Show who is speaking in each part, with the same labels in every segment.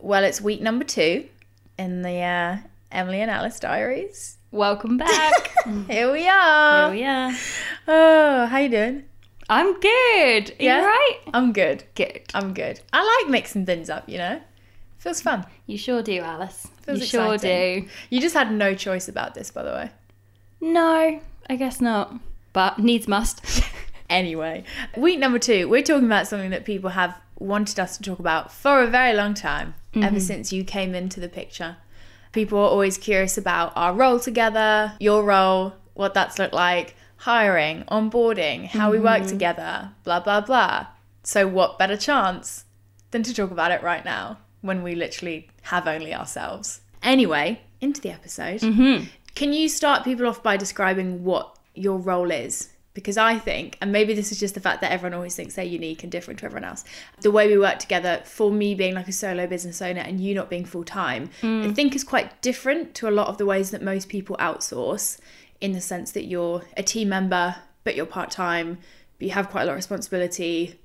Speaker 1: Well, it's week number two in the uh, Emily and Alice diaries.
Speaker 2: Welcome back.
Speaker 1: Here we are.
Speaker 2: Hmm. Here we are.
Speaker 1: Oh, how you doing?
Speaker 2: I'm good. Are
Speaker 1: Yeah?
Speaker 2: you right?
Speaker 1: I'm good.
Speaker 2: Good.
Speaker 1: I'm good. I like mixing things up, you know? Feels fun.
Speaker 2: You sure do, Alice.
Speaker 1: Feels
Speaker 2: you sure
Speaker 1: exciting. You just had no choice about this, by the way.
Speaker 2: do. No, I guess not. But needs must.
Speaker 1: Anyway, week number two, we're talking about something that people have wanted us to talk about for a very long time, ever since you came into the picture. People are always curious about our role together, your role, what that's looked like, hiring, onboarding, how we work together, blah, blah, blah. So, what better chance than to talk about it right now when we literally have only ourselves? Anyway, into the episode.
Speaker 2: Mm-hmm.
Speaker 1: Can you start people off by describing what your role is? Because I think, and maybe this is just the fact that everyone always thinks they're unique and different to everyone else, the way we work together, for me being like a solo business owner and you not being full time,
Speaker 2: Mm.
Speaker 1: I think is quite different to a lot of the ways that most people outsource in the sense that you're a team member, but you're part time, but you have quite a lot of responsibility,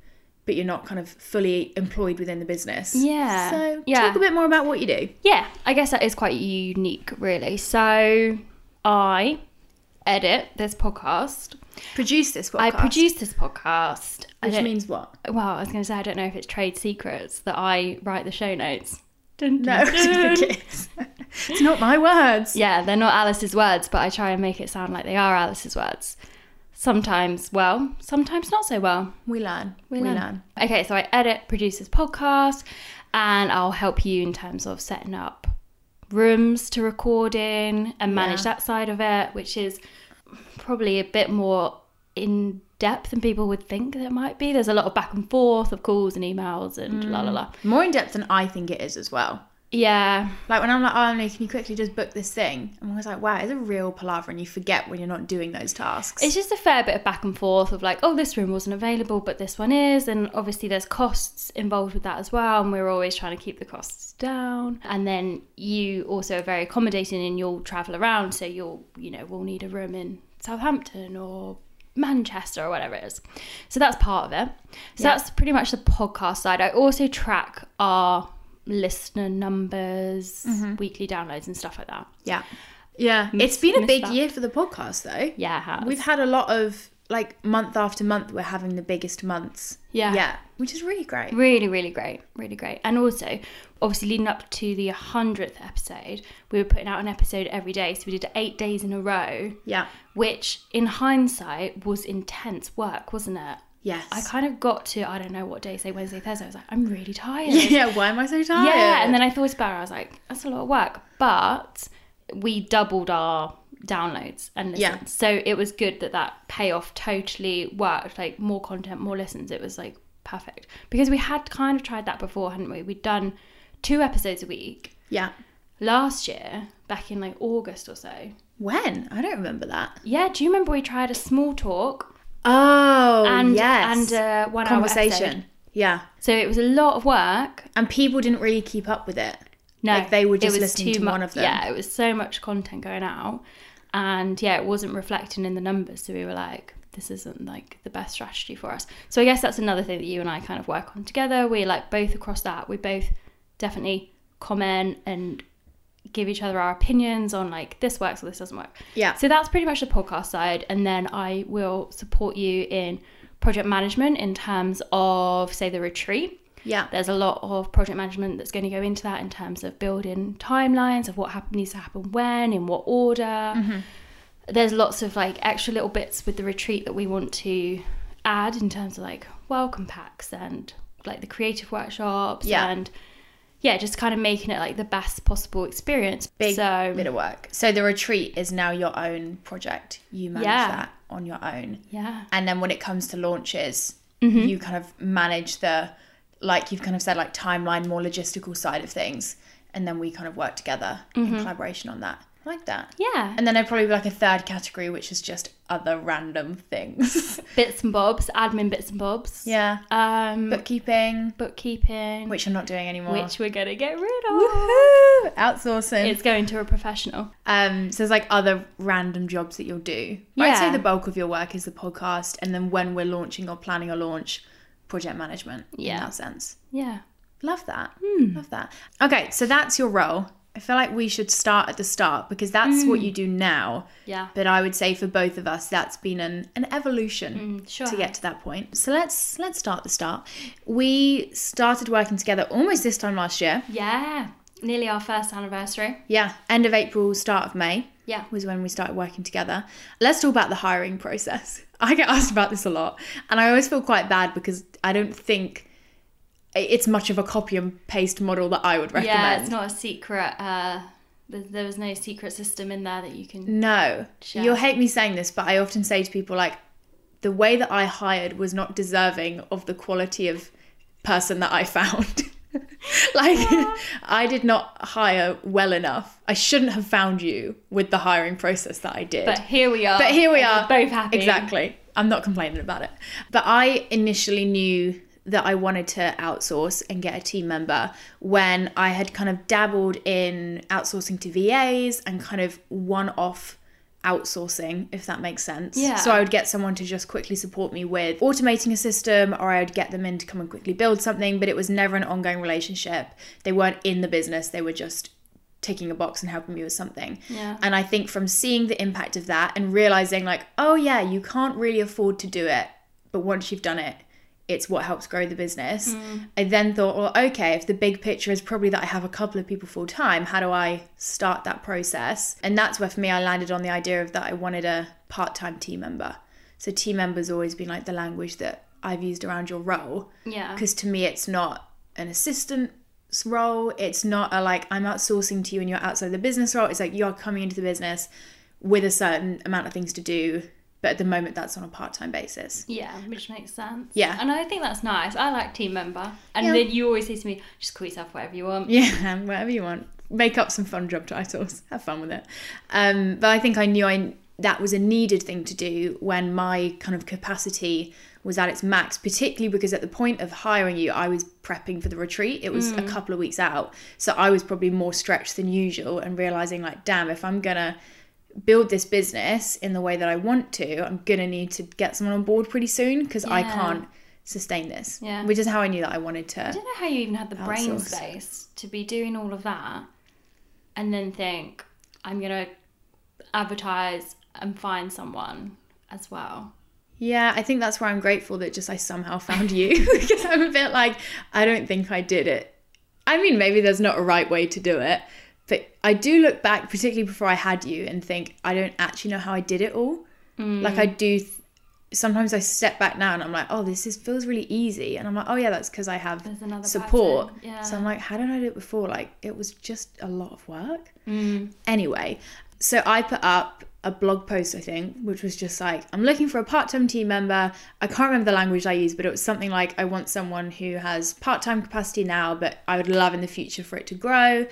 Speaker 1: but you're not kind of fully employed within the business.
Speaker 2: Yeah.
Speaker 1: So
Speaker 2: Yeah.
Speaker 1: talk a bit more about what you do.
Speaker 2: yeah, I guess that is quite unique, really. So I edit this podcast.
Speaker 1: Produce this podcast.
Speaker 2: I produce this podcast. I
Speaker 1: Which
Speaker 2: don't-
Speaker 1: means what?
Speaker 2: well, I was going to say I don't know if it's trade secrets that I write the show notes. Dun,
Speaker 1: No, I
Speaker 2: dun,
Speaker 1: don't
Speaker 2: dun.
Speaker 1: think it is. it's not my words.
Speaker 2: Yeah, they're not Alice's words, but I try and make it sound like they are Alice's words. Sometimes well, sometimes not so well.
Speaker 1: We learn. We, learn.
Speaker 2: Okay, so I edit, produce this podcast, and I'll help you in terms of setting up rooms to record in and manage
Speaker 1: Yeah.
Speaker 2: that side of it, which is probably a bit more in depth than people would think that it might be. There's a lot of back and forth of calls and emails and la la
Speaker 1: Mm.
Speaker 2: la.
Speaker 1: More in depth than I think it is as well.
Speaker 2: Yeah,
Speaker 1: Like when I'm like, oh, Emily, can you quickly just book this thing? I'm always like, wow, it's a real palaver, and you forget when you're not doing those tasks.
Speaker 2: It's just a fair bit of back and forth of like, oh, this room wasn't available, but this one is. And obviously, there's costs involved with that as well. And we're always trying to keep the costs down. And then you also are very accommodating and you'll travel around. So you'll, you know, we'll need a room in Southampton or Manchester or whatever it is. So that's part of it. So that's pretty much the podcast side. I also track our listener numbers, weekly downloads, and stuff like that.
Speaker 1: yeah. Yeah. it's
Speaker 2: Miss-
Speaker 1: been a
Speaker 2: miss
Speaker 1: big
Speaker 2: that.
Speaker 1: year for the podcast, though.
Speaker 2: Yeah, it has.
Speaker 1: We've had a lot of, like, month after month, we're having the biggest months.
Speaker 2: Yeah.
Speaker 1: Yeah. Which is really great.
Speaker 2: Really, really great. Really great. And also, obviously, leading up to the 100th episode, we were putting out an episode every day. So we did eight days in a row,
Speaker 1: Yeah.
Speaker 2: which in hindsight was intense work, wasn't it?
Speaker 1: Yes.
Speaker 2: I kind of got to, I don't know what day, say Wednesday, Thursday. I was like, I'm really tired.
Speaker 1: yeah. Why am I so tired?
Speaker 2: Yeah, and then I thought about it. I was like, that's a lot of work, but we doubled our downloads and listens.
Speaker 1: Yeah.
Speaker 2: So it was good that that payoff totally worked. Like more content, more listens. It was like perfect because we had kind of tried that before, hadn't we? We'd done two episodes a week
Speaker 1: yeah.
Speaker 2: last year, back in like August or so.
Speaker 1: When? I don't remember that.
Speaker 2: Yeah. Do you remember we tried a small talk
Speaker 1: Oh,
Speaker 2: and
Speaker 1: yes.
Speaker 2: and uh, one Hour episode?
Speaker 1: conversation. Yeah.
Speaker 2: so it was a lot of work.
Speaker 1: And people didn't really keep up with it.
Speaker 2: No,
Speaker 1: Like, they were
Speaker 2: it
Speaker 1: just
Speaker 2: was
Speaker 1: listening
Speaker 2: too
Speaker 1: to
Speaker 2: mu-
Speaker 1: one of them.
Speaker 2: Yeah, it was so much content going out, and yeah, it wasn't reflecting in the numbers. So we were like, this isn't like the best strategy for us. So I guess that's another thing that you and I kind of work on together. We're like both across that. We both definitely comment and give each other our opinions on like this works or this doesn't work.
Speaker 1: Yeah.
Speaker 2: So that's pretty much the podcast side. And then I will support you in project management in terms of, say, the retreat.
Speaker 1: Yeah.
Speaker 2: There's a lot of project management that's going to go into that in terms of building timelines of what hap- needs to happen when, in what order.
Speaker 1: Mm-hmm.
Speaker 2: There's lots of like extra little bits with the retreat that we want to add in terms of like welcome packs and like the creative workshops
Speaker 1: Yeah.
Speaker 2: and yeah, just kind of making it like the best possible experience.
Speaker 1: Big
Speaker 2: so
Speaker 1: bit of work. So the retreat is now your own project. You manage
Speaker 2: Yeah.
Speaker 1: that on your own.
Speaker 2: yeah,
Speaker 1: And then when it comes to launches,
Speaker 2: Mm-hmm.
Speaker 1: you kind of manage the, like you've kind of said, like timeline, more logistical side of things. And then we kind of work together
Speaker 2: Mm-hmm.
Speaker 1: in collaboration on that. I like that.
Speaker 2: yeah,
Speaker 1: And then I'd probably be like a third category, which is just other random things.
Speaker 2: bits and bobs, admin bits and bobs.
Speaker 1: yeah.
Speaker 2: Um,
Speaker 1: Bookkeeping,
Speaker 2: bookkeeping,
Speaker 1: which I'm not doing anymore.
Speaker 2: which we're gonna get rid of.
Speaker 1: Woohoo! Outsourcing.
Speaker 2: It's going to a professional.
Speaker 1: Um, so there's like other random jobs that you'll do. But I'd say
Speaker 2: Yeah.
Speaker 1: the bulk of your work is the podcast, and then when we're launching or planning a launch, project management. in
Speaker 2: Yeah. Hmm.
Speaker 1: that sense.
Speaker 2: Yeah.
Speaker 1: Love that. Love that. Okay, so that's your role. I feel like we should start at the start because that's
Speaker 2: Hmm.
Speaker 1: what you do now.
Speaker 2: Yeah.
Speaker 1: But I would say for both of us, that's been an, an evolution
Speaker 2: sure
Speaker 1: to get to that point. So let's let's start at the start. We started working together almost this time last year.
Speaker 2: Yeah. Nearly our first anniversary.
Speaker 1: Yeah, end of April, start of May
Speaker 2: Yeah.
Speaker 1: was when we started working together. Let's talk about the hiring process. I get asked about this a lot, and I always feel quite bad because I don't think it's much of a copy and paste model that I would recommend.
Speaker 2: Yeah, it's not a secret. Uh, th- there was no secret system in there that you
Speaker 1: Mm.
Speaker 2: can.
Speaker 1: No,
Speaker 2: Sure.
Speaker 1: you'll hate me saying this, but I often say to people like, the way that I hired was not deserving of the quality of person that I found. like, I did not hire well enough. I shouldn't have found you with the hiring process that I did.
Speaker 2: But here we are.
Speaker 1: But here we
Speaker 2: and
Speaker 1: are.
Speaker 2: we're Both happy.
Speaker 1: Exactly. I'm not complaining about it. But I initially knew that I wanted to outsource and get a team member when I had kind of dabbled in outsourcing to VAs and kind of one off outsourcing, if that makes sense.
Speaker 2: Yeah.
Speaker 1: So I would get someone to just quickly support me with automating a system or I would get them in to come and quickly build something, but it was never an ongoing relationship. They weren't in the business, they were just ticking a box and helping me with something.
Speaker 2: Yeah.
Speaker 1: And I think from seeing the impact of that and realizing, like, oh, yeah, you can't really afford to do it. But once you've done it, it's what helps grow the business. I then thought, well, okay, if the big picture is probably that I have a couple of people full time, how do I start that process? And that's where for me, I landed on the idea of that I wanted a part time team member. So team member's always been like the language that I've used around your role
Speaker 2: Yeah.
Speaker 1: because to me it's not an assistant's role it's not a like i'm outsourcing to you and you're outside the business role it's like you're coming into the business with a certain amount of things to do but at the moment that's on a part-time basis
Speaker 2: Yeah, which makes sense.
Speaker 1: Yeah.
Speaker 2: And I think that's nice. I like team member. And
Speaker 1: Yeah.
Speaker 2: then you always say to me, just call yourself whatever you want.
Speaker 1: yeah whatever you want make up some fun job titles have fun with it um, but i think i knew i that was a needed thing to do when my kind of capacity was at its max particularly because at the point of hiring you i was prepping for the retreat it was a
Speaker 2: Mm.
Speaker 1: couple of weeks out so i was probably more stretched than usual and realizing like damn if i'm gonna build this business in the way that i want to i'm gonna need to get someone on board pretty soon because i
Speaker 2: Yeah.
Speaker 1: can't sustain this
Speaker 2: Yeah.
Speaker 1: which is how i knew that i wanted to
Speaker 2: I don't know how you even had the brain
Speaker 1: Outsource.
Speaker 2: space to be doing all of that and then think, I'm going to advertise and find someone as well.
Speaker 1: Yeah, I think that's where I'm grateful that just I somehow found you because I'm a bit like, I don't think I did it. I mean, maybe there's not a right way to do it, but I do look back, particularly before I had you, and think, I don't actually know how I did it all. Like,
Speaker 2: Mm.
Speaker 1: I do. Th- sometimes I step back now and I'm like, oh, this is, feels really easy. And I'm like, oh, yeah, that's because I have
Speaker 2: There's another
Speaker 1: support.
Speaker 2: person. Yeah.
Speaker 1: So I'm like, how did I do it before? Like, it was just a lot of work. Anyway, so I put up a blog post, I think, which was just like, I'm looking for a part time team member. I can't remember the language I used, but it was something like, I want someone who has part time capacity now, but I would love in the future for it to grow.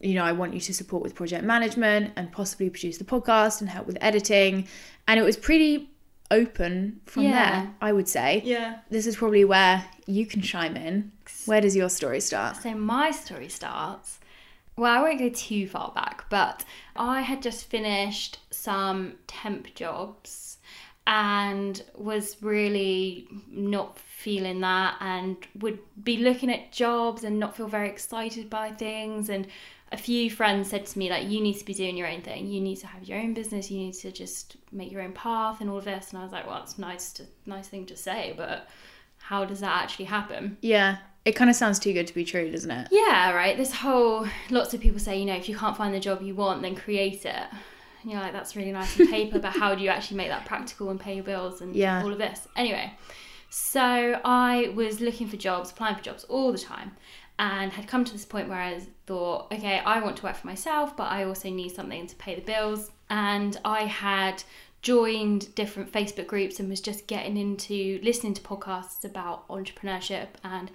Speaker 1: You know, I want you to support with project management and possibly produce the podcast and help with editing. And it was pretty open from
Speaker 2: Yeah.
Speaker 1: there, I would say.
Speaker 2: Yeah.
Speaker 1: This is probably where you can chime in. Where does your story start?
Speaker 2: So my story starts. Well, I won't go too far back, but I had just finished some temp jobs and was really not feeling that and would be looking at jobs and not feel very excited by things and a few friends said to me like you need to be doing your own thing you need to have your own business you need to just make your own path and all of this and i was like well it's nice to nice thing to say but how does that actually happen
Speaker 1: Yeah, it kind of sounds too good to be true, doesn't it?
Speaker 2: yeah, right. This whole lots of people say, you know, if you can't find the job you want, then create it. And you're like, that's really nice on paper, but how do you actually make that practical and pay your bills and
Speaker 1: Yeah.
Speaker 2: all of this? Anyway, so I was looking for jobs, applying for jobs all the time, and had come to this point where I thought, okay, I want to work for myself, but I also need something to pay the bills. And I had joined different Facebook groups and was just getting into listening to podcasts about entrepreneurship and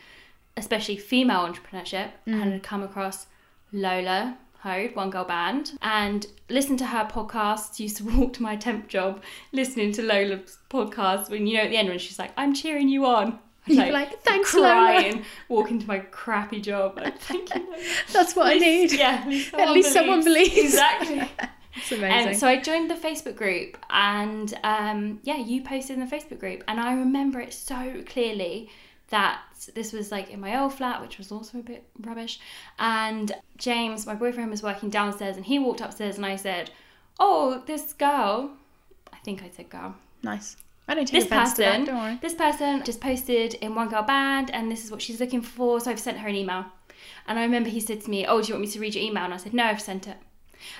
Speaker 2: especially female entrepreneurship and had come across Lola Hode, One Girl Band, and listened to her podcasts. Used to walk to my temp job listening to Lola's podcast when you know at the end when she's like, I'm cheering you on. I'd,
Speaker 1: You're like, "Thanks, Lola."
Speaker 2: crying, walk into my crappy job. Like, Thank you. Lola."
Speaker 1: That's what I need.
Speaker 2: Yeah, at least someone,
Speaker 1: least someone believes.
Speaker 2: Exactly.
Speaker 1: It's
Speaker 2: And
Speaker 1: amazing.
Speaker 2: so I joined the Facebook group, and um, yeah, you posted in the Facebook group, and I remember it so clearly that this was like in my old flat, which was also a bit rubbish. And James, my boyfriend, was working downstairs and he walked upstairs and I said, Oh, this girl, I think I said girl,
Speaker 1: Nice. I don't take
Speaker 2: this
Speaker 1: offense to that, don't
Speaker 2: person,
Speaker 1: worry.
Speaker 2: this person just posted in One Girl Band, and this is what she's looking for. So I've sent her an email, and I remember he said to me, "Oh, do you want me to read your email?" And I said, "No, I've sent it."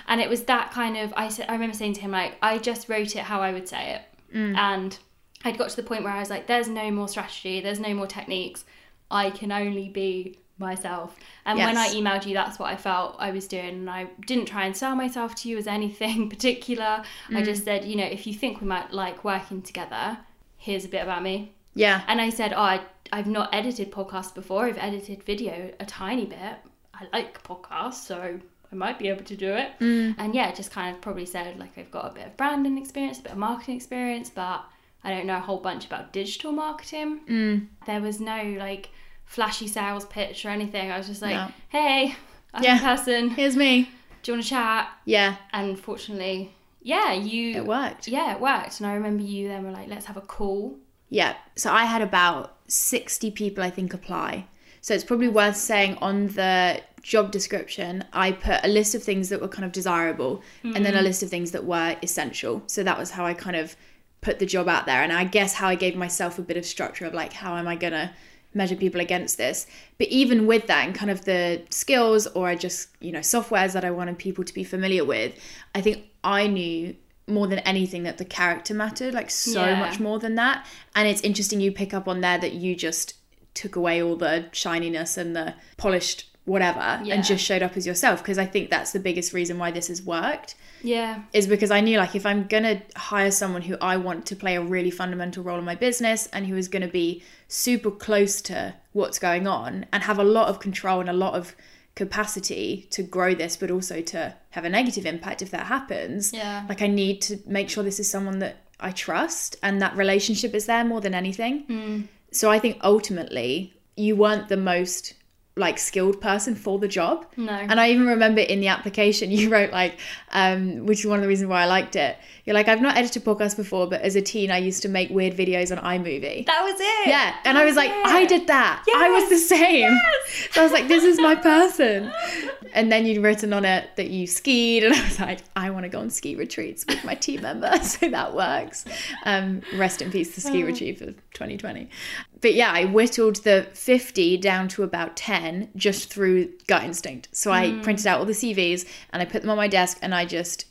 Speaker 2: And it was that kind of. I said, I remember saying to him like, "I just wrote it how I would say it," and I'd got to the point where I was like, "There's no more strategy. There's no more techniques. I can only be." myself and when I
Speaker 1: Yes.
Speaker 2: emailed you that's what I felt I was doing and I didn't try and sell myself to you as anything particular I just said you know if you think we might like working together here's a bit about me.
Speaker 1: Yeah.
Speaker 2: And I said, oh, I, I've not edited podcasts before. I've edited video a tiny bit. I like podcasts, so I might be able to do it.
Speaker 1: Mm.
Speaker 2: And yeah, just kind of probably said, like, I've got a bit of branding experience, a bit of marketing experience, but I don't know a whole bunch about digital marketing.
Speaker 1: Mm.
Speaker 2: There was no, like, flashy sales pitch or anything. I was just like,
Speaker 1: No.
Speaker 2: hey, I'm
Speaker 1: Yeah.
Speaker 2: a person.
Speaker 1: Here's me.
Speaker 2: Do you want to chat?
Speaker 1: Yeah.
Speaker 2: And fortunately, yeah, you.
Speaker 1: It worked.
Speaker 2: Yeah, it worked. And I remember you then were like, let's have a call.
Speaker 1: Yeah. So I had about 60 people, I think, apply. So it's probably worth saying on the job description, I put a list of things that were kind of desirable and then a list of things that were essential. So that was how I kind of put the job out there. And I guess how I gave myself a bit of structure of like, how am I going to measure people against this? But even with that and kind of the skills or just, you know, softwares that I wanted people to be familiar with, I think I knew more than anything that the character mattered like so
Speaker 2: Yeah.
Speaker 1: much more than that and it's interesting you pick up on there that you just took away all the shininess and the polished whatever
Speaker 2: Yeah.
Speaker 1: and just showed up as yourself because i think that's the biggest reason why this has worked
Speaker 2: Yeah.
Speaker 1: is because i knew like if i'm going to hire someone who i want to play a really fundamental role in my business and who is going to be super close to what's going on and have a lot of control and a lot of capacity to grow this but also to have a negative impact if that happens
Speaker 2: Yeah.
Speaker 1: like I need to make sure this is someone that I trust and that relationship is there more than anything.
Speaker 2: Mm.
Speaker 1: So I think ultimately you weren't the most like skilled person for the job.
Speaker 2: No.
Speaker 1: And I even remember in the application you wrote like, um, which is one of the reasons why I liked it. You're like, I've not edited podcasts before, but as a teen I used to make weird videos on iMovie.
Speaker 2: That was it.
Speaker 1: yeah. And I was like,
Speaker 2: it.
Speaker 1: I did that. I was the same. So I was like, this is my person. And then you'd written on it that you skied, and I was like, I want to go on ski retreats with my team member. So that works. Um, rest in peace, the ski retreat for 2020. But yeah, I whittled the 50 down to about 10 just through gut instinct. So I
Speaker 2: Mm.
Speaker 1: printed out all the CVs and I put them on my desk and I just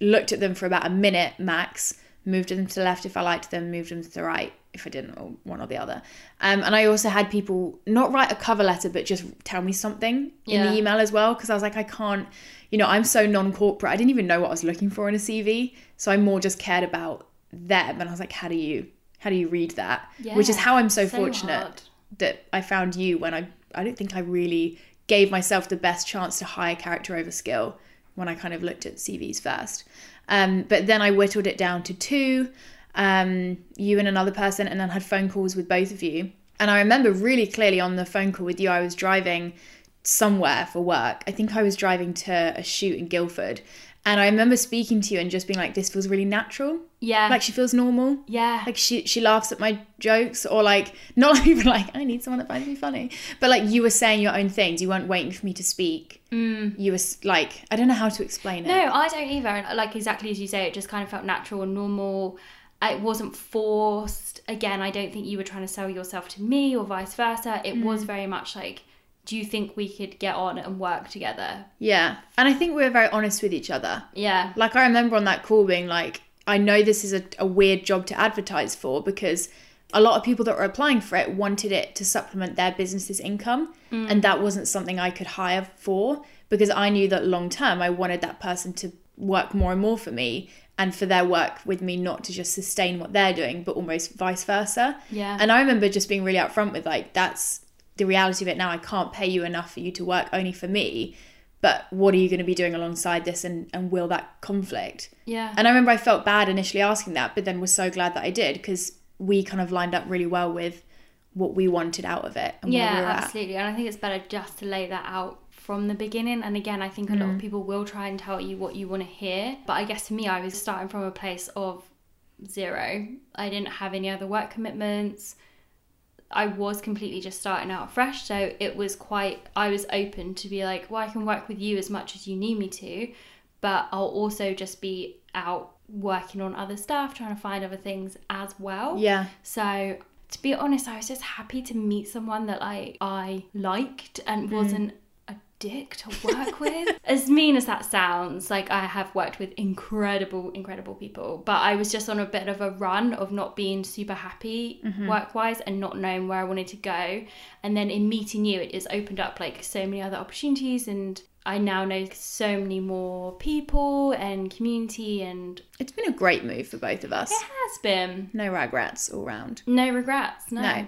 Speaker 1: looked at them for about a minute max, moved them to the left if I liked them, moved them to the right if I didn't, or one or the other. Um, and I also had people not write a cover letter, but just tell me something in
Speaker 2: Yeah.
Speaker 1: the email as well, because I was like, I can't, you know, I'm so non corporate. I didn't even know what I was looking for in a CV. So I more just cared about them. And I was like, how do you? How do you read that? Which is
Speaker 2: Yeah,
Speaker 1: how I'm so,
Speaker 2: so
Speaker 1: fortunate
Speaker 2: hard.
Speaker 1: that I found you when I I don't think I really gave myself the best chance to hire character over skill when I kind of looked at CVs first. Um, but then I whittled it down to two, um, you and another person, and then had phone calls with both of you. And I remember really clearly on the phone call with you, I was driving somewhere for work. I think I was driving to a shoot in Guildford. And I remember speaking to you and just being like, this feels really natural.
Speaker 2: Yeah.
Speaker 1: Like she feels normal
Speaker 2: yeah.
Speaker 1: like she she laughs at my jokes or like not even like I need someone that finds me funny but like you were saying your own things you weren't waiting for me to speak you were s- like I don't know how to explain it
Speaker 2: no, I don't either. And like exactly as you say, it just kind of felt natural and normal. It wasn't forced. Again, I don't think you were trying to sell yourself to me or vice versa. It was
Speaker 1: Mm.
Speaker 2: very much like, do you think we could get on and work together?
Speaker 1: yeah and I think we were very honest with each other
Speaker 2: Yeah.
Speaker 1: like I remember on that call being like I know this is a, a weird job to advertise for because a lot of people that were applying for it wanted it to supplement their business's income
Speaker 2: Mm.
Speaker 1: and that wasn't something I could hire for because I knew that long term I wanted that person to work more and more for me and for their work with me not to just sustain what they're doing but almost vice versa.
Speaker 2: Yeah.
Speaker 1: And I remember just being really upfront with like that's the reality of it now I can't pay you enough for you to work only for me but what are you going to be doing alongside this and and will that conflict?
Speaker 2: Yeah.
Speaker 1: And I remember I felt bad initially asking that, but then was so glad that I did because we kind of lined up really well with what we wanted out of it. And where
Speaker 2: yeah,
Speaker 1: we were at.
Speaker 2: absolutely. And I think it's better just to lay that out from the beginning. And again, I think a
Speaker 1: Mm.
Speaker 2: lot of people will try and tell you what you want to hear. But I guess to me, I was starting from a place of zero. I didn't have any other work commitments. I was completely just starting out fresh, so it was quite I was open to be like, well, I can work with you as much as you need me to, but I'll also just be out working on other stuff, trying to find other things as well.
Speaker 1: Yeah.
Speaker 2: So to be honest, I was just happy to meet someone that like I liked and wasn't a dick to work with. As mean as that sounds, like I have worked with incredible, incredible people, but I was just on a bit of a run of not being super happy work wise and not knowing where I wanted to go. And then in meeting you, it has opened up like so many other opportunities and. I now know so many more people and community, and it
Speaker 1: It's been a great move for both of us.
Speaker 2: has been
Speaker 1: No regrets all round.
Speaker 2: no regrets.
Speaker 1: No.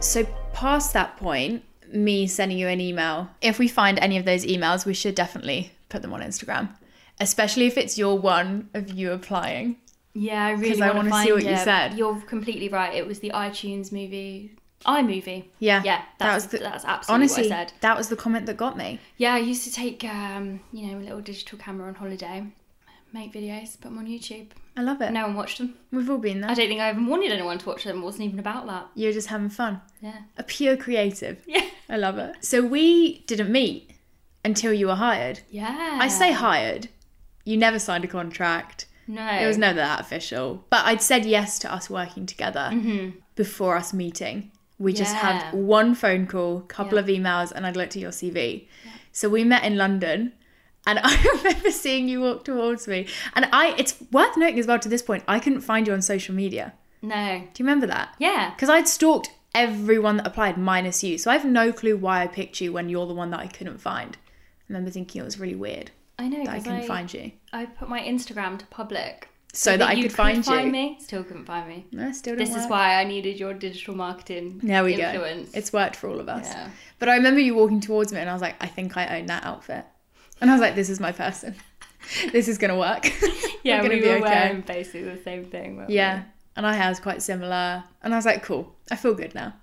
Speaker 1: So, past that point, me sending you an email, if we find any of those emails, we should definitely put them on Instagram, especially if it's your one of you applying.
Speaker 2: Yeah, I really
Speaker 1: 'Cause I
Speaker 2: want to
Speaker 1: wanna
Speaker 2: find
Speaker 1: see what
Speaker 2: it.
Speaker 1: you said.
Speaker 2: You're completely right. It was the iTunes movie, iMovie.
Speaker 1: Yeah.
Speaker 2: yeah, that's,
Speaker 1: that was the,
Speaker 2: that's absolutely
Speaker 1: honestly,
Speaker 2: what I said.
Speaker 1: that was the comment that got me.
Speaker 2: Yeah, I used to take um, you know a little digital camera on holiday, make videos, put them on YouTube.
Speaker 1: I love it.
Speaker 2: No one watched them.
Speaker 1: We've all been
Speaker 2: I
Speaker 1: there.
Speaker 2: don't think I even wanted anyone to watch them. It wasn't even about that.
Speaker 1: You're just having fun.
Speaker 2: Yeah,
Speaker 1: A pure creative.
Speaker 2: yeah,
Speaker 1: I love it. So, we didn't meet until you were hired.
Speaker 2: yeah.
Speaker 1: I say hired. You never signed a contract.
Speaker 2: no.
Speaker 1: It was never that official. But I'd said yes to us working together before us meeting. We just had
Speaker 2: Mm-hmm. Yeah.
Speaker 1: one phone call, couple of emails, and I'd looked at your CV. So we met in London. And I remember seeing you walk towards me. And I it's worth noting as well to this point, I couldn't find you on social media.
Speaker 2: no.
Speaker 1: Do you remember that?
Speaker 2: Yeah,
Speaker 1: Because I'd stalked everyone that applied minus you. So I have no clue why I picked you when you're the one that I couldn't find. I remember thinking it was really weird
Speaker 2: I know.
Speaker 1: that I
Speaker 2: 'cause
Speaker 1: couldn't find you.
Speaker 2: I put my Instagram to public
Speaker 1: So, that I
Speaker 2: you
Speaker 1: could find you.
Speaker 2: Find me. Still couldn't find me.
Speaker 1: No, it still didn't
Speaker 2: This is
Speaker 1: work.
Speaker 2: why I needed your digital marketing
Speaker 1: There we
Speaker 2: influence.
Speaker 1: go. It's worked for all of us.
Speaker 2: Yeah.
Speaker 1: But I remember you walking towards me and I was like, I think I own that outfit. And I was like, this is my person. This is going to work.
Speaker 2: yeah,
Speaker 1: We're gonna
Speaker 2: we
Speaker 1: be
Speaker 2: were
Speaker 1: okay.
Speaker 2: wearing basically the same thing. weren't we?
Speaker 1: yeah. And our hair's quite similar. And I was like, cool. I feel good now.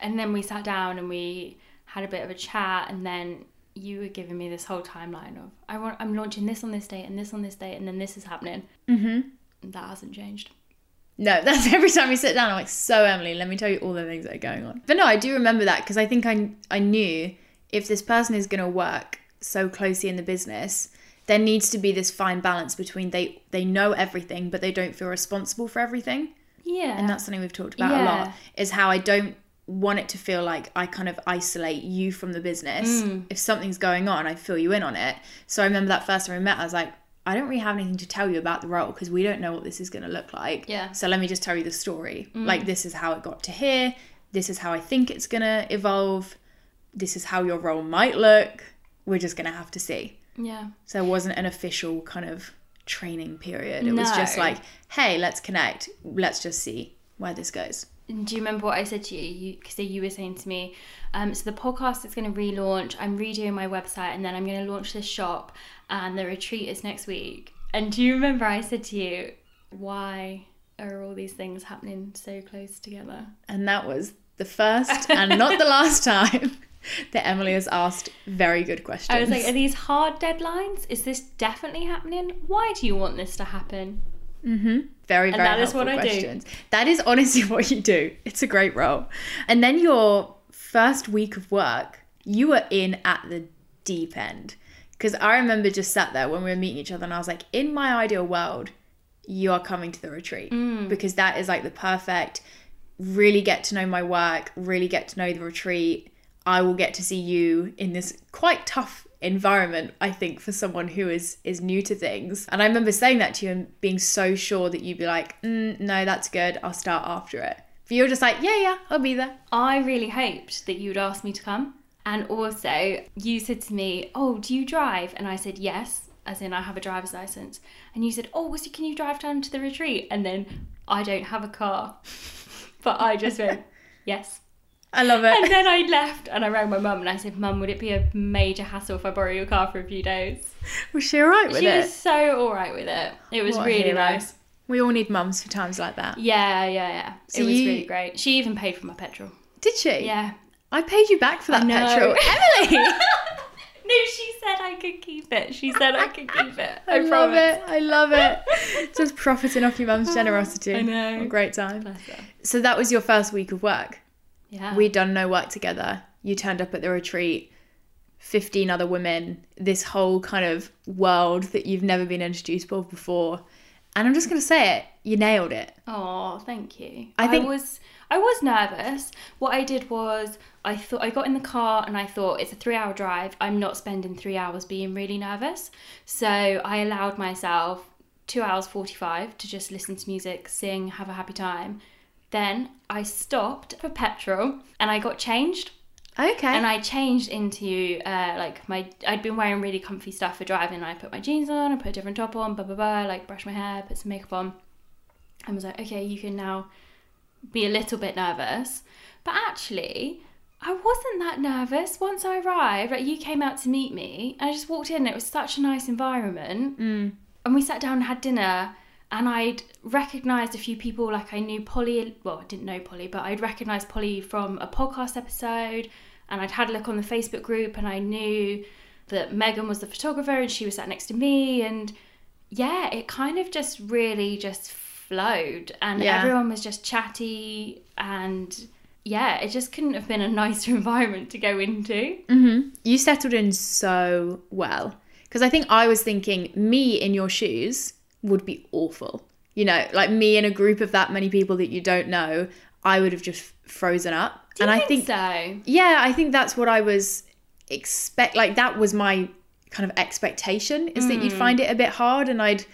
Speaker 2: And then we sat down and we had a bit of a chat, and then you were giving me this whole timeline of I want I'm launching this on this date and this on this date, and then this is happening. Mm-hmm. That hasn't changed.
Speaker 1: No, that's every time we sit down. I'm like, so Emily, let me tell you all the things that are going on. But no, I do remember that because I think I I knew if this person is going to work so closely in the business, there needs to be this fine balance between they they know everything but they don't feel responsible for everything.
Speaker 2: Yeah.
Speaker 1: and that's something we've talked about a
Speaker 2: Yeah.
Speaker 1: lot is how i don't want it to feel like i kind of isolate you from the business
Speaker 2: Mm.
Speaker 1: if something's going on i fill you in on it so i remember that first time we met i was like i don't really have anything to tell you about the role because we don't know what this is going to look like
Speaker 2: Yeah. Mm.
Speaker 1: so let me just tell you the story like this is how it got to here this is how i think it's going to evolve this is how your role might look we're just going to have to see
Speaker 2: yeah.
Speaker 1: so there wasn't an official kind of training period. It was
Speaker 2: No.
Speaker 1: just like, hey, let's connect. Let's just see where this goes.
Speaker 2: And do you remember what I said to you? Because you, 'cause you were saying to me, um, so the podcast is going to relaunch. I'm redoing my website, and then I'm going to launch this shop, and the retreat is next week. And do you remember I said to you, why are all these things happening so close together?
Speaker 1: And that was the first and not the last time that Emily has asked very good questions.
Speaker 2: I was like, are these hard deadlines? Is this definitely happening? Why do you want this to happen?
Speaker 1: very, very
Speaker 2: that is
Speaker 1: helpful
Speaker 2: what I do.
Speaker 1: questions. That is honestly what you do. It's a great role. And then your first week of work, you were in at the deep end. Because I remember just sat there when we were meeting each other and I was like, in my ideal world, you are coming to the retreat
Speaker 2: Mm.
Speaker 1: because that is like the perfect really get to know my work, really get to know the retreat. I will get to see you in this quite tough environment, I think, for someone who is is new to things. And I remember saying that to you and being so sure that you'd be like, mm, "No, that's good. I'll start after it." But you're just like, "Yeah, yeah, I'll be there."
Speaker 2: I really hoped that you'd ask me to come. And also, you said to me, Oh, do you drive? And I said, Yes, as in I have a driver's license. And you said, Oh, so can you drive down to the retreat? And then I don't have a car. But I just went, Yes.
Speaker 1: I love
Speaker 2: And
Speaker 1: it.
Speaker 2: then I left and I rang my mum and I said, Mum, would it be a major hassle if I borrow your car for a few days?
Speaker 1: Was she all right with
Speaker 2: She
Speaker 1: it?
Speaker 2: was so all right with it. It was
Speaker 1: What a
Speaker 2: really
Speaker 1: hero.
Speaker 2: nice.
Speaker 1: We all need mums for times like that.
Speaker 2: Yeah, yeah, yeah.
Speaker 1: So
Speaker 2: it was
Speaker 1: you-
Speaker 2: really great. She even paid for my petrol.
Speaker 1: Did she?
Speaker 2: Yeah.
Speaker 1: I paid you back for that
Speaker 2: know.
Speaker 1: petrol, Emily.
Speaker 2: no, she said I I could keep it. She said I could keep it.
Speaker 1: I,
Speaker 2: I,
Speaker 1: love
Speaker 2: promise.
Speaker 1: it. I love it. Just profiting off your mum's generosity.
Speaker 2: I know.
Speaker 1: What a great time.
Speaker 2: Bless her.
Speaker 1: So that was your first week of work.
Speaker 2: Yeah.
Speaker 1: We'd done no work together. You turned up at the retreat, 15 other women, this whole kind of world that you've never been introduced to before. And I'm just going to say it, you nailed it.
Speaker 2: Oh, thank you.
Speaker 1: I
Speaker 2: I,
Speaker 1: think-
Speaker 2: was I was nervous. What I did was I thought I got in the car and I thought it's a 3-hour drive. I'm not spending 3 hours being really nervous. So I allowed myself 2 hours 45 to just listen to music, sing, have a happy time. Then I stopped for petrol and I got changed
Speaker 1: Okay.
Speaker 2: and I changed into uh, like my I'd been wearing really comfy stuff for driving. I put my jeans on, I put a different top on, blah blah blah. Like brush my hair, put some makeup on, and was like, okay, you can now be a little bit nervous. But actually, I wasn't that nervous once I arrived. Like you came out to meet me, and I just walked in. and It was such a nice environment,
Speaker 1: Mm.
Speaker 2: and we sat down and had dinner. And I'd recognised a few people, like I knew Polly. Well, I didn't know Polly, but I'd recognised Polly from a podcast episode, and I'd had a look on the Facebook group, and I knew that Megan was the photographer, and she was sat next to me, and yeah, it kind of just really just flowed, and
Speaker 1: Yeah.
Speaker 2: everyone was just chatty, and yeah, it just couldn't have been a nicer environment to go into.
Speaker 1: you settled in so well because i think i was thinking me in your shoes would be awful you know like me in a group of that many people that you don't know i would have just frozen up and i think
Speaker 2: so.
Speaker 1: yeah i think that's what i was expect like that was my kind of expectation is that you'd find it a bit hard and i'd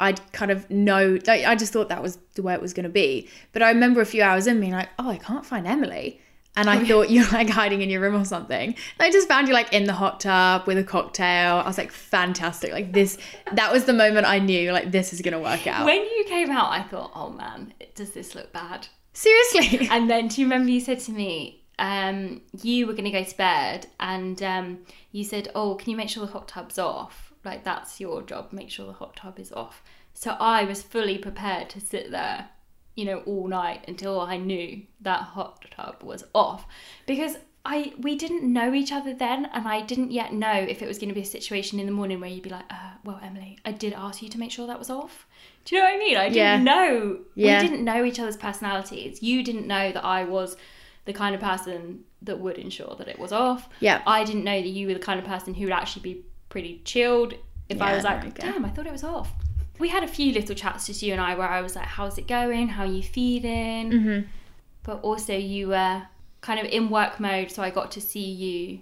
Speaker 1: i'd kind of know like, i just thought that was the way it was going to be but i remember a few hours in being like oh i can't find emily and I thought you were like hiding in your room or something. And I just found you like in the hot tub with a cocktail. I was like, fantastic. Like this, that was the moment I knew like this is gonna work out.
Speaker 2: When you came out, I thought, oh man, does this look bad?
Speaker 1: Seriously.
Speaker 2: And then do you remember you said to me, um, you were going to go to bed and um, you said, oh, can you make sure the hot tub's off? Like, that's your job, make sure the hot tub is off. So I was fully prepared to sit there, you know, all night until I knew that hot tub was off because I we didn't know each other then and I didn't yet know if it was going to be a situation in the morning where you'd be like, uh, well, Emily, I did ask you to make sure that was off. Do you know what I mean? I didn't
Speaker 1: Yeah.
Speaker 2: know.
Speaker 1: Yeah.
Speaker 2: We didn't know each other's personalities. You didn't know that I was the kind of person that would ensure that it was off.
Speaker 1: Yeah.
Speaker 2: I didn't know that you were the kind of person who would actually be pretty chilled if I
Speaker 1: Yeah,
Speaker 2: was
Speaker 1: there
Speaker 2: like,
Speaker 1: we go.
Speaker 2: damn, I thought it was off. We had a few little chats, just you and I, where I was like, how's it going? How are you feeling?
Speaker 1: Mhm.
Speaker 2: But also, you were kind of in work mode, so I got to see you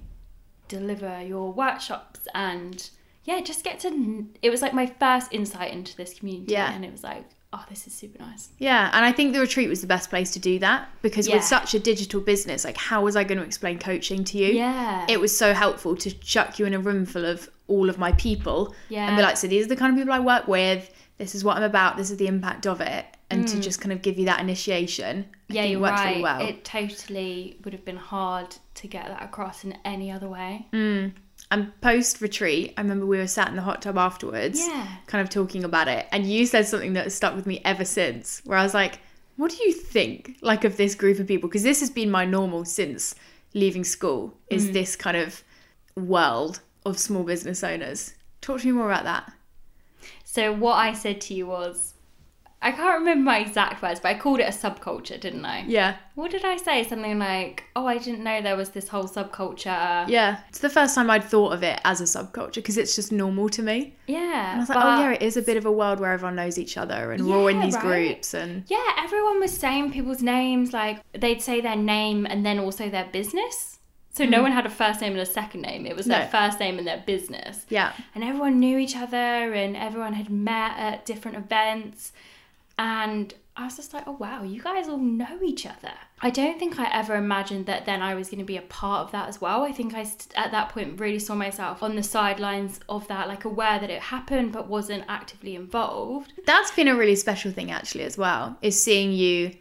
Speaker 2: deliver your workshops and yeah, just get to. It was like my first insight into this community,
Speaker 1: Yeah.
Speaker 2: and it was like, oh, this is super nice.
Speaker 1: Yeah, and I think the retreat was the best place to do that because
Speaker 2: Yeah.
Speaker 1: with such a digital business, like how was I going to explain coaching to you?
Speaker 2: Yeah,
Speaker 1: It was so helpful to chuck you in a room full of all of my people
Speaker 2: Yeah.
Speaker 1: and be like, so these are the kind of people I work with, this is what I'm about, this is the impact of it, and to just kind of give you that initiation. I
Speaker 2: Mm. yeah,
Speaker 1: think
Speaker 2: you're
Speaker 1: it worked
Speaker 2: right.
Speaker 1: really well.
Speaker 2: It totally would have been hard to get that across in any other way.
Speaker 1: Mm. and post retreat, I remember we were sat in the hot tub afterwards,
Speaker 2: Yeah.
Speaker 1: kind of talking about it. And you said something that has stuck with me ever since, where I was like, "What do you think, like, of this group of people? Because this has been my normal since leaving school.
Speaker 2: Mm.
Speaker 1: Is this kind of world of small business owners? Talk to me more about that.
Speaker 2: So what I said to you was, I can't remember my exact words, but I called it a subculture, didn't I?
Speaker 1: Yeah,
Speaker 2: What did I say? Something like, oh, I didn't know there was this whole subculture.
Speaker 1: yeah. It's the first time I'd thought of it as a subculture because it's just normal to me.
Speaker 2: Yeah.
Speaker 1: And I was like, oh yeah, it is a bit of a world where everyone knows each other and we're all in
Speaker 2: Yeah,
Speaker 1: these
Speaker 2: right.
Speaker 1: groups and
Speaker 2: Yeah, everyone was saying people's names. Like they'd say their name and then also their business. So no one had a first name and a second name. It was
Speaker 1: Mm. No.
Speaker 2: their first name and their business.
Speaker 1: yeah,
Speaker 2: And everyone knew each other and everyone had met at different events. And I was just like, oh wow, you guys all know each other. I don't think I ever imagined that then I was going to be a part of that as well. I think I, st- at that point, really saw myself on the sidelines of that, like aware that it happened but wasn't actively involved.
Speaker 1: That's been a really special thing actually as well, is seeing you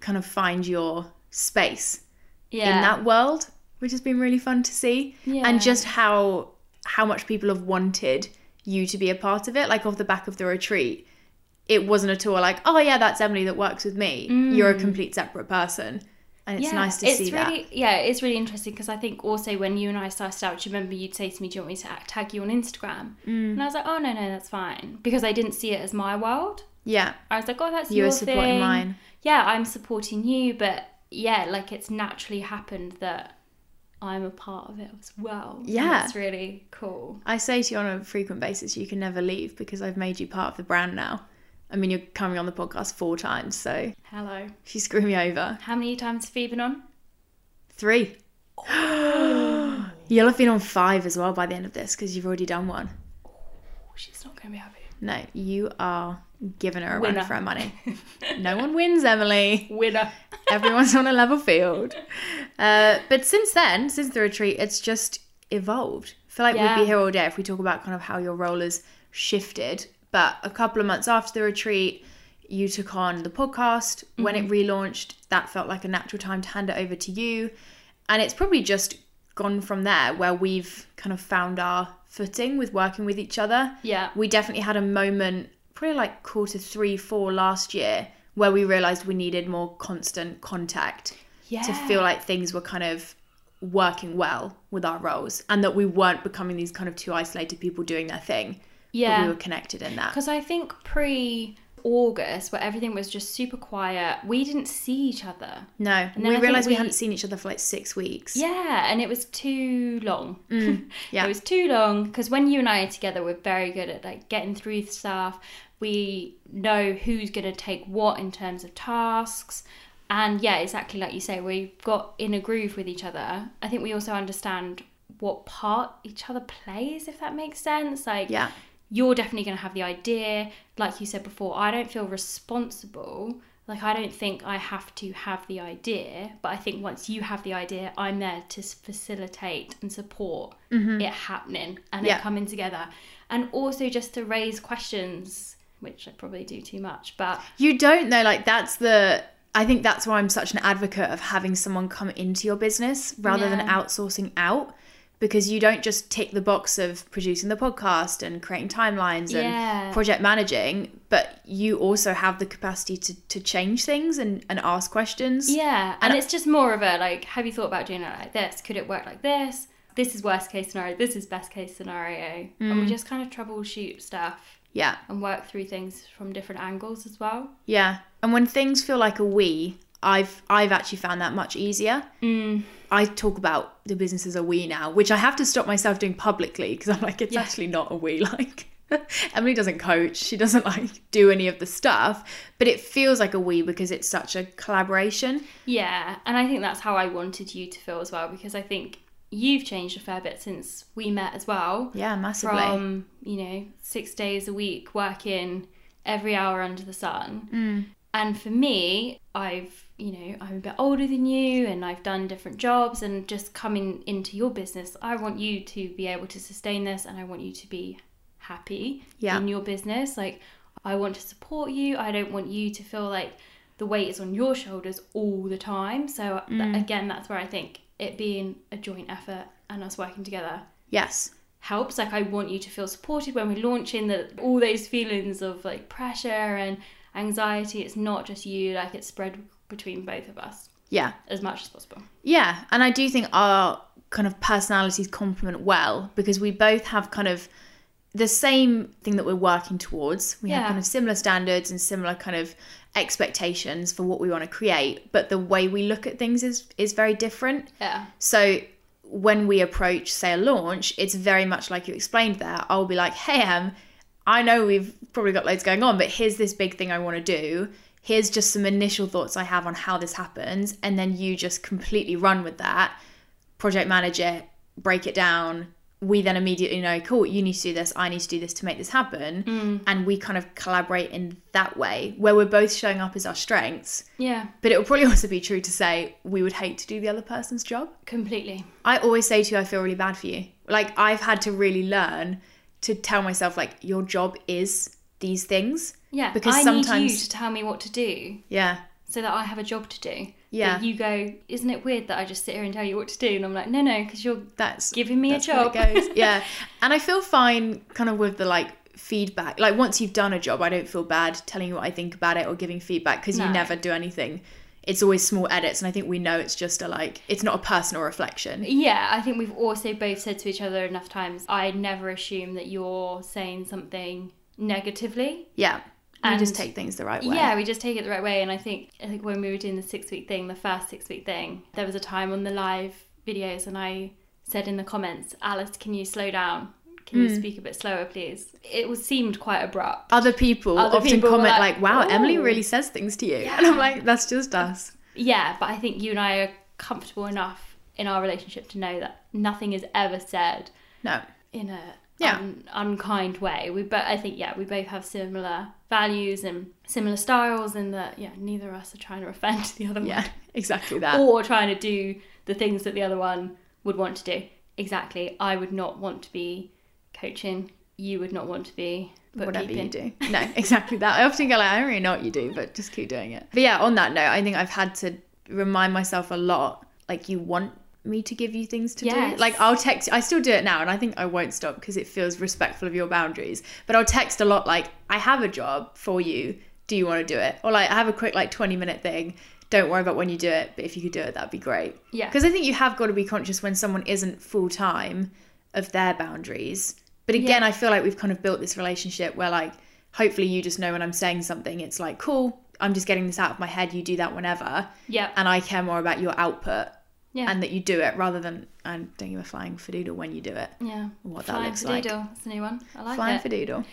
Speaker 1: kind of find your space
Speaker 2: Yeah.
Speaker 1: in that world, which has been really fun to see.
Speaker 2: Yeah.
Speaker 1: And just how how much people have wanted you to be a part of it, like off the back of the retreat. It wasn't at all like, oh yeah, that's Emily that works with me. You're a complete separate person. And and it's nice to
Speaker 2: Mm. it's
Speaker 1: see that.
Speaker 2: really, Yeah, it's really interesting because I think also when you and I started out, do you remember you'd say to me, "Do you want me to tag you on Instagram?" Mm. And I was like, "Oh no, no, that's fine," because I didn't see it as my world.
Speaker 1: Yeah,
Speaker 2: I was like, "Oh, that's
Speaker 1: you
Speaker 2: your
Speaker 1: were supporting
Speaker 2: thing."
Speaker 1: mine.
Speaker 2: Yeah, I'm supporting you, but yeah, like it's naturally happened that I'm a part of it as well. And
Speaker 1: Yeah.
Speaker 2: it's really cool.
Speaker 1: I say to you on a frequent basis, you can never leave because I've made you part of the brand now. I mean, you're coming on the podcast four times, so
Speaker 2: Hello.
Speaker 1: if you screw me over,
Speaker 2: How many times have you been on?
Speaker 1: three. You'll have been on five as well by the end of this because you've already done one.
Speaker 2: Oh, she's not going to be happy.
Speaker 1: No, you are giving her a
Speaker 2: Winner.
Speaker 1: run for her money. no one wins, Emily.
Speaker 2: Winner.
Speaker 1: Everyone's on a level field. Uh, but since then, since the retreat, it's just evolved. I feel like we'd
Speaker 2: Yeah.
Speaker 1: be here all day if we talk about kind of how your role has shifted. But a couple of months after the retreat, you took on the podcast. When it relaunched, that felt like a natural time to hand it over to you. And it's probably just gone from there where we've kind of found our footing with working with each other
Speaker 2: Yeah.
Speaker 1: we definitely had a moment probably like quarter three four last year where we realized we needed more constant contact
Speaker 2: Yeah.
Speaker 1: to feel like things were kind of working well with our roles and that we weren't becoming these kind of two isolated people doing their thing but
Speaker 2: yeah.
Speaker 1: we were connected in that
Speaker 2: Because I think pre August, where everything was just super quiet, we didn't see each other.
Speaker 1: no
Speaker 2: then I
Speaker 1: we
Speaker 2: think
Speaker 1: realized we...
Speaker 2: we-
Speaker 1: hadn't seen each other for like six weeks Mm,
Speaker 2: Yeah, and it was too long.
Speaker 1: yeah.
Speaker 2: it was too long because when you and I are together, we're very good at like getting through stuff. We know who's going to take what in terms of tasks. And yeah, exactly like you say, we've got in a groove with each other. I think we also understand what part each other plays, if that makes sense. Like,
Speaker 1: yeah
Speaker 2: you're definitely going to have the idea. Like you said before, I don't feel responsible. Like, I don't think I have to have the idea, but I think once you have the idea, I'm there to s- facilitate and support it happening and
Speaker 1: Yeah.
Speaker 2: it coming together. And also just to raise questions, which I probably do too much, but
Speaker 1: You don't though. Like that's the. I think that's why I'm such an advocate of having someone come into your business rather than
Speaker 2: Yeah.
Speaker 1: outsourcing out, because you don't just tick the box of producing the podcast and creating timelines
Speaker 2: Yeah.
Speaker 1: and project managing, but you also have the capacity to to change things and and ask questions.
Speaker 2: yeah. And,
Speaker 1: And-
Speaker 2: it's just more of a like, have you thought about doing it like this? Could it work like this? This is worst case scenario, this is best case scenario. And we just kind of troubleshoot stuff.
Speaker 1: Yeah.
Speaker 2: and work through things from different angles as well.
Speaker 1: Yeah. And when things feel like a we, I've I've actually found that much easier. I talk about the business as a we now, which I have to stop myself doing publicly because I'm like, it's actually not a we. Like Emily doesn't coach, she doesn't like do any of the stuff, but it feels like a we because it's such a collaboration.
Speaker 2: Yeah, and I think that's how I wanted you to feel as well because I think you've changed a fair bit since we met as well.
Speaker 1: Yeah, massively.
Speaker 2: From, you know, six days a week working every hour under the sun. And for me, I've, you know, I'm a bit older than you and I've done different jobs and just coming into your business, I want you to be able to sustain this and I want you to be happy
Speaker 1: Yeah.
Speaker 2: in your business. Like, I want to support you. I don't want you to feel like the weight is on your shoulders all the time. So, th- again, that's where I think it being a joint effort and us working together
Speaker 1: yes.
Speaker 2: helps. Like I want you to feel supported when we launch in that all those feelings of like pressure and anxiety. It's not just you, like it's spread between both of us
Speaker 1: Yeah.
Speaker 2: as much as possible.
Speaker 1: Yeah, and I do think our kind of personalities complement well because we both have kind of the same thing that we're working towards. We
Speaker 2: Yeah.
Speaker 1: have kind of similar standards and similar kind of expectations for what we want to create, but the way we look at things is is very different.
Speaker 2: Yeah.
Speaker 1: So when we approach, say, a launch, it's very much like you explained there. I'll be like, hey, Em, I know we've probably got loads going on, but here's this big thing I want to do. Here's just some initial thoughts I have on how this happens. And then you just completely run with that, project manage it, break it down. We then immediately know, cool, you need to do this, I need to do this to make this happen. And we kind of collaborate in that way where we're both showing up as our strengths.
Speaker 2: Yeah.
Speaker 1: But it would probably also be true to say we would hate to do the other person's job.
Speaker 2: Completely.
Speaker 1: I always say to you, I feel really bad for you. Like, I've had to really learn to tell myself, like, your job is these things.
Speaker 2: Yeah.
Speaker 1: Because
Speaker 2: Because I need you
Speaker 1: sometimes-
Speaker 2: to tell me what to do
Speaker 1: Yeah.
Speaker 2: so that I have a job to do.
Speaker 1: Yeah.
Speaker 2: But you go, isn't it weird that I just sit here and tell you what to do? And I'm like, no, no, because you're
Speaker 1: That's
Speaker 2: giving me
Speaker 1: that's
Speaker 2: a
Speaker 1: how
Speaker 2: job.
Speaker 1: it goes. yeah. And I feel fine kind of with the like feedback. Like, once you've done a job, I don't feel bad telling you what I think about it or giving feedback because
Speaker 2: No.
Speaker 1: you never do anything it's always small edits and i think we know it's just a like it's not a personal reflection
Speaker 2: Yeah, I think we've also both said to each other enough times, I never assume that you're saying something negatively.
Speaker 1: yeah and
Speaker 2: And-
Speaker 1: just take things the right way
Speaker 2: Yeah, we just take it the right way. And I think, I think when we were doing the six week thing, the first six week thing, there was a time on the live videos, and I said in the comments, Alice, can you slow down? Can
Speaker 1: Hmm.
Speaker 2: you speak a bit slower, please? It was seemed quite abrupt.
Speaker 1: other people
Speaker 2: Other
Speaker 1: often
Speaker 2: people were
Speaker 1: comment like,
Speaker 2: like,
Speaker 1: wow emily
Speaker 2: "Ooh."
Speaker 1: really says things to you and i'm like that's just us
Speaker 2: Yeah, but I think you and I are comfortable enough in our relationship to know that nothing is ever said
Speaker 1: no
Speaker 2: in a
Speaker 1: Yeah.
Speaker 2: un- unkind way. We but I think yeah, we both have similar values and similar styles, and that yeah, neither of us are trying to offend the other
Speaker 1: yeah exactly that
Speaker 2: one or trying to do the things that the other one would want to do. Exactly, I would not want to be coaching. You would not want to be
Speaker 1: whatever you
Speaker 2: bookkeeping.
Speaker 1: do. No, exactly that. I often go like, I don't really know what you do, but just keep doing it. But yeah, on that note, I think I've had to remind myself a lot. Like you want me to give you things to do.
Speaker 2: Yes.
Speaker 1: Like I'll text. I still do it now, and I think I won't stop because it feels respectful of your boundaries. But I'll text a lot. Like I have a job for you. Do you want to do it? Or like I have a quick like twenty minute thing. Don't worry about when you do it, but if you could do it, that'd be great.
Speaker 2: Yeah.
Speaker 1: Because I think you have got to be conscious when someone isn't full time of their boundaries. But again, I feel like we've kind of built this relationship where, like, hopefully you just know when I'm saying something, it's like, cool, I'm just getting this out of my head. You do that whenever.
Speaker 2: Yeah,
Speaker 1: And I care more about your output
Speaker 2: yeah,
Speaker 1: and that you do it rather than I don't give a flying fadoodle when you do it.
Speaker 2: yeah.
Speaker 1: What that
Speaker 2: Flying
Speaker 1: looks like.
Speaker 2: Fadoodle, that's a new one. I like
Speaker 1: Flying
Speaker 2: it.
Speaker 1: fadoodle.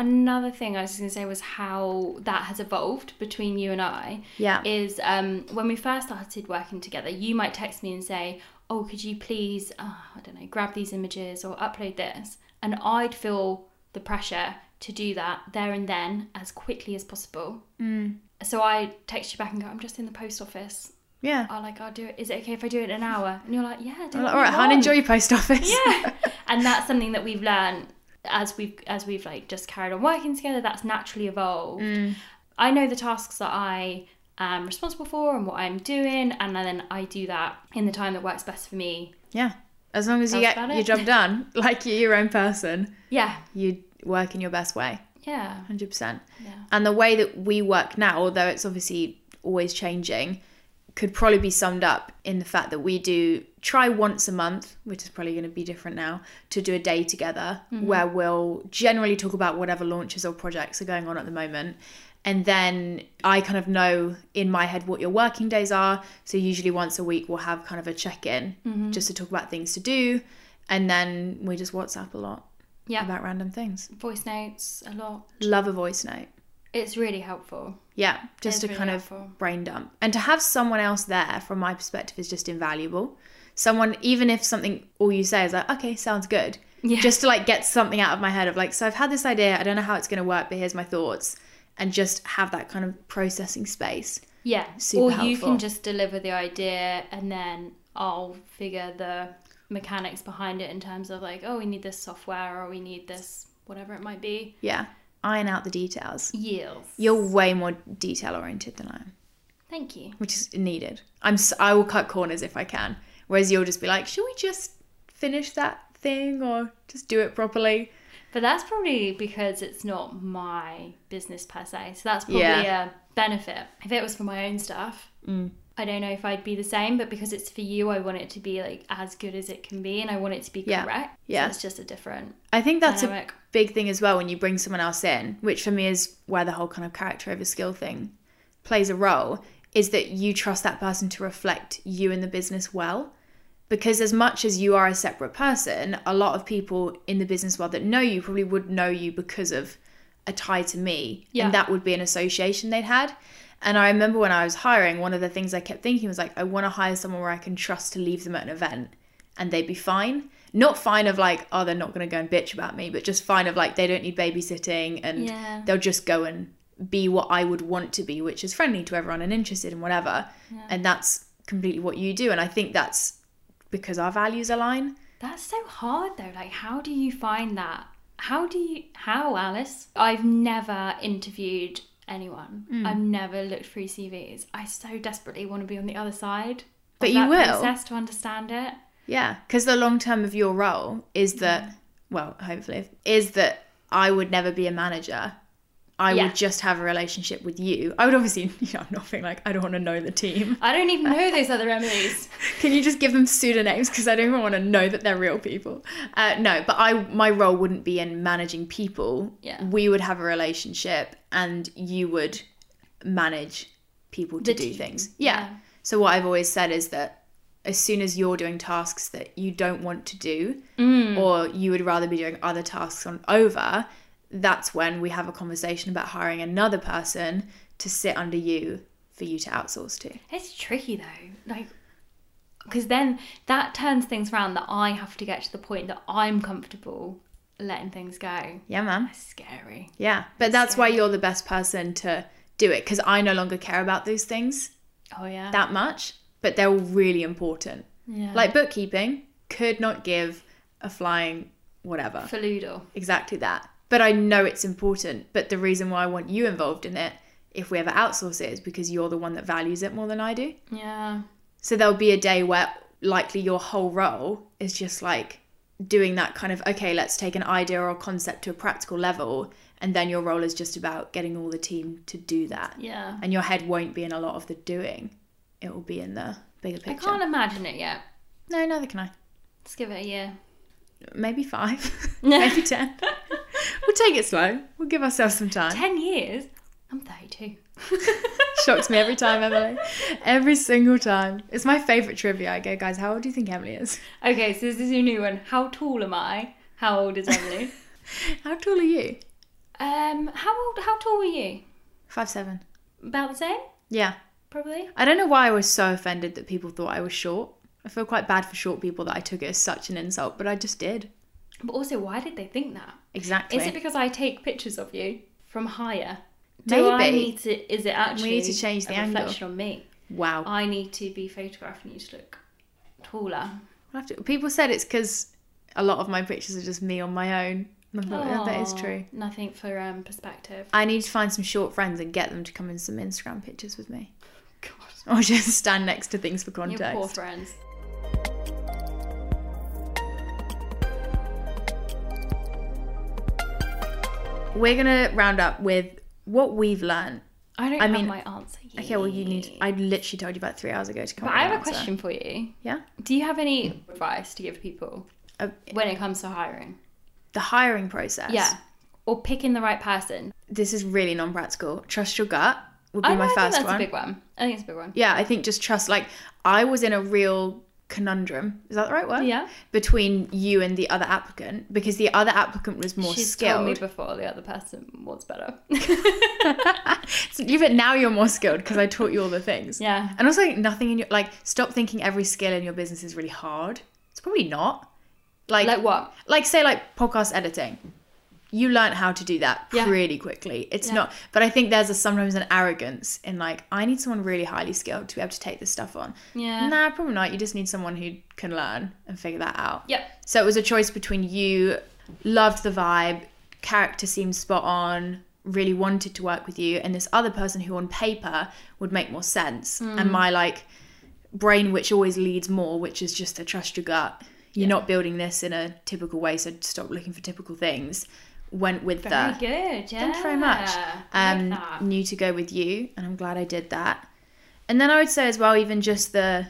Speaker 2: Another thing I was going to say was how that has evolved between you and I.
Speaker 1: Yeah.
Speaker 2: Is um, when we first started working together, you might text me and say, Oh, could you please, uh, I don't know, grab these images or upload this? And I'd feel the pressure to do that there and then as quickly as possible.
Speaker 1: Mm.
Speaker 2: So I text you back and go, I'm just in the post office.
Speaker 1: Yeah.
Speaker 2: I like, I'll do it. Is it okay if I do it in an hour? And you're like, Yeah, do
Speaker 1: I'm
Speaker 2: it.
Speaker 1: like, all right, hon, enjoy your post office.
Speaker 2: Yeah. and that's something that we've learned as we've as we've like just carried on working together that's naturally evolved i know the tasks that i am responsible for and what i'm doing and then i do that in the time that works best for me
Speaker 1: yeah. As long as you
Speaker 2: That's
Speaker 1: get
Speaker 2: about
Speaker 1: your
Speaker 2: it.
Speaker 1: job done, like you're your own person,
Speaker 2: yeah
Speaker 1: you work in your best way.
Speaker 2: yeah
Speaker 1: 100%.
Speaker 2: yeah
Speaker 1: And the way that we work now, although it's obviously always changing, could probably be summed up in the fact that we do try once a month, which is probably going to be different now, to do a day together
Speaker 2: Mm-hmm.
Speaker 1: where we'll generally talk about whatever launches or projects are going on at the moment. And then I kind of know in my head what your working days are. So usually once a week we'll have kind of a check in
Speaker 2: Mm-hmm.
Speaker 1: just to talk about things to do. And then we just WhatsApp a lot
Speaker 2: Yeah.
Speaker 1: about random things.
Speaker 2: voice notes a lot
Speaker 1: Love a voice note.
Speaker 2: it's really helpful
Speaker 1: Yeah, just
Speaker 2: It's
Speaker 1: to
Speaker 2: really
Speaker 1: kind
Speaker 2: helpful.
Speaker 1: of brain dump. And to have someone else there, from my perspective, is just invaluable. Someone, even if something all you say is like, okay, sounds good,
Speaker 2: Yeah.
Speaker 1: just to like get something out of my head of like, so I've had this idea, I don't know how it's going to work, but here's my thoughts, and just have that kind of processing space.
Speaker 2: yeah
Speaker 1: Super
Speaker 2: or you
Speaker 1: helpful.
Speaker 2: can just deliver the idea and then i'll figure the mechanics behind it in terms of like oh we need this software or we need this whatever it might be
Speaker 1: Yeah, iron out the details.
Speaker 2: yields
Speaker 1: You're way more detail oriented than I am,
Speaker 2: Thank you.
Speaker 1: which is needed. I'm s- I will cut corners if I can, whereas you'll just be like, should we just finish that thing or just do it properly?
Speaker 2: But that's probably because it's not my business per se. So that's probably
Speaker 1: Yeah. Mm.
Speaker 2: a benefit. If it was for my own stuff, I don't know if I'd be the same, but because it's for you, I want it to be like as good as it can be and I want it to be
Speaker 1: Yeah.
Speaker 2: correct.
Speaker 1: Yeah.
Speaker 2: So it's just a different
Speaker 1: I think that's a
Speaker 2: dynamic.
Speaker 1: big thing as well when you bring someone else in, which for me is where the whole kind of character over skill thing plays a role, is that you trust that person to reflect you and the business well. Because as much as you are a separate person, a lot of people in the business world that know you probably would know you because of a tie to me.
Speaker 2: Yeah.
Speaker 1: And that would be an association they'd had. And I remember when I was hiring, one of the things I kept thinking was like, I want to hire someone where I can trust to leave them at an event and they'd be fine. Not fine of like, oh, they're not going to go and bitch about me, but just fine of like, they don't need babysitting and
Speaker 2: Yeah.
Speaker 1: they'll just go and be what I would want to be, which is friendly to everyone and interested in whatever. And that's completely what you do. And I think that's because our values align.
Speaker 2: That's so hard though. Like, how do you find that? How do you, how, Alice? I've never interviewed anyone,
Speaker 1: Mm.
Speaker 2: I've never looked through CVs. I so desperately want to be on the other side. of
Speaker 1: But you
Speaker 2: that
Speaker 1: will.
Speaker 2: Process to understand it.
Speaker 1: Yeah, because the long term of your role is that, well, hopefully, is that I would never be a manager. I
Speaker 2: Yeah.
Speaker 1: would just have a relationship with you. I would obviously, you know, I'm not being like, I don't want to know the team.
Speaker 2: I don't even know those other Emily's.
Speaker 1: Can you just give them pseudonyms? Because I don't even want to know that they're real people. Uh, no, but I, my role wouldn't be in managing people.
Speaker 2: Yeah.
Speaker 1: We would have a relationship and you would manage people to
Speaker 2: The
Speaker 1: do
Speaker 2: team.
Speaker 1: things. Yeah.
Speaker 2: Yeah.
Speaker 1: So what I've always said is that as soon as you're doing tasks that you don't want to do
Speaker 2: Mm.
Speaker 1: or you would rather be doing other tasks on over, that's when we have a conversation about hiring another person to sit under you for you to outsource to.
Speaker 2: It's tricky though, like because then that turns things around that I have to get to the point that I'm comfortable letting things go.
Speaker 1: Yeah, man.
Speaker 2: That's scary.
Speaker 1: Yeah. But that's why you're the best person to do it because I no longer care about those things
Speaker 2: Oh yeah.
Speaker 1: that much, but they're all really important.
Speaker 2: yeah.
Speaker 1: Like bookkeeping, could not give a flying whatever.
Speaker 2: Faludo.
Speaker 1: exactly that. But I know it's important. But the reason why I want you involved in it, if we ever outsource it, is because you're the one that values it more than I do.
Speaker 2: Yeah.
Speaker 1: So there'll be a day where likely your whole role is just like doing that kind of okay, let's take an idea or concept to a practical level, and then your role is just about getting all the team to do that.
Speaker 2: Yeah.
Speaker 1: And your head won't be in a lot of the doing; it will be in the bigger
Speaker 2: I
Speaker 1: picture.
Speaker 2: can't imagine it yet.
Speaker 1: No, neither can I.
Speaker 2: Let's give it a year.
Speaker 1: Maybe five, maybe ten. we'll take it slow. We'll give ourselves some time.
Speaker 2: Ten years? I'm 32.
Speaker 1: Shocks me every time, Emily. Every single time. It's my favourite trivia. I go, guys, how old do you think Emily is?
Speaker 2: Okay, so this is your new one. How tall am I? How old is Emily?
Speaker 1: How tall are you?
Speaker 2: um, how old? How tall were you?
Speaker 1: Five seven.
Speaker 2: About the same,
Speaker 1: Yeah.
Speaker 2: probably.
Speaker 1: I don't know why I was so offended that people thought I was short. I feel quite bad for short people that I took it as such an insult, but I just did.
Speaker 2: But also, why did they think that?
Speaker 1: Exactly.
Speaker 2: Is it because I take pictures of you from higher? Do
Speaker 1: Maybe.
Speaker 2: I need to? Is it actually?
Speaker 1: need to change the
Speaker 2: a
Speaker 1: angle.
Speaker 2: reflection on me.
Speaker 1: wow.
Speaker 2: I need to be photographing you to look taller.
Speaker 1: I'll have to- people said it's because a lot of my pictures are just me on my own. And
Speaker 2: Oh,
Speaker 1: I thought, yeah, that is
Speaker 2: Aw,
Speaker 1: true.
Speaker 2: Nothing for um perspective.
Speaker 1: I need to find some short friends and get them to come in some Instagram pictures with me.
Speaker 2: God,
Speaker 1: Or just stand next to things for
Speaker 2: your
Speaker 1: context.
Speaker 2: poor friends.
Speaker 1: We're gonna round up with what we've learned.
Speaker 2: I don't
Speaker 1: I
Speaker 2: have
Speaker 1: mean-
Speaker 2: my answer. Yet.
Speaker 1: Okay, well you need. I literally told you about three hours ago to come.
Speaker 2: But
Speaker 1: up
Speaker 2: I
Speaker 1: with
Speaker 2: have
Speaker 1: an
Speaker 2: a
Speaker 1: answer.
Speaker 2: question for you.
Speaker 1: Yeah,
Speaker 2: Do you have any advice to give people
Speaker 1: Uh,
Speaker 2: when it comes to hiring?
Speaker 1: the hiring process.
Speaker 2: Yeah. Or picking the right person.
Speaker 1: this is really non-practical. Trust your gut would be
Speaker 2: I, know,
Speaker 1: my
Speaker 2: I think
Speaker 1: first
Speaker 2: that's
Speaker 1: one.
Speaker 2: a big one. I think it's a big one.
Speaker 1: Yeah, I think just trust. Like I was in a real conundrum. Is that the right word?
Speaker 2: Yeah.
Speaker 1: Between you and the other applicant, because the other applicant was more
Speaker 2: She's told me
Speaker 1: skilled.
Speaker 2: before the other person was better.
Speaker 1: So, yeah, but now you're more skilled because I taught you all the things.
Speaker 2: yeah.
Speaker 1: And also, nothing in your like. Stop thinking every skill in your business is really hard. It's probably not.
Speaker 2: Like what?
Speaker 1: like say like podcast editing you learn how to do that
Speaker 2: Yeah.
Speaker 1: pretty quickly it's
Speaker 2: Yeah.
Speaker 1: not but i think there's a sometimes an arrogance in like i need someone really highly skilled to be able to take this stuff on
Speaker 2: Yeah.
Speaker 1: nah probably not you just need someone who can learn and figure that out
Speaker 2: Yep.
Speaker 1: so it was a choice between you loved the vibe character seemed spot on really wanted to work with you and this other person who on paper would make more sense and my like brain which always leads more which is just the trust your gut you're not building this in a typical way so stop looking for typical things went with
Speaker 2: Very
Speaker 1: the
Speaker 2: good. Yeah.
Speaker 1: thank you very much
Speaker 2: I like
Speaker 1: um
Speaker 2: that.
Speaker 1: knew to go with you and i'm glad i did that and then i would say as well even just the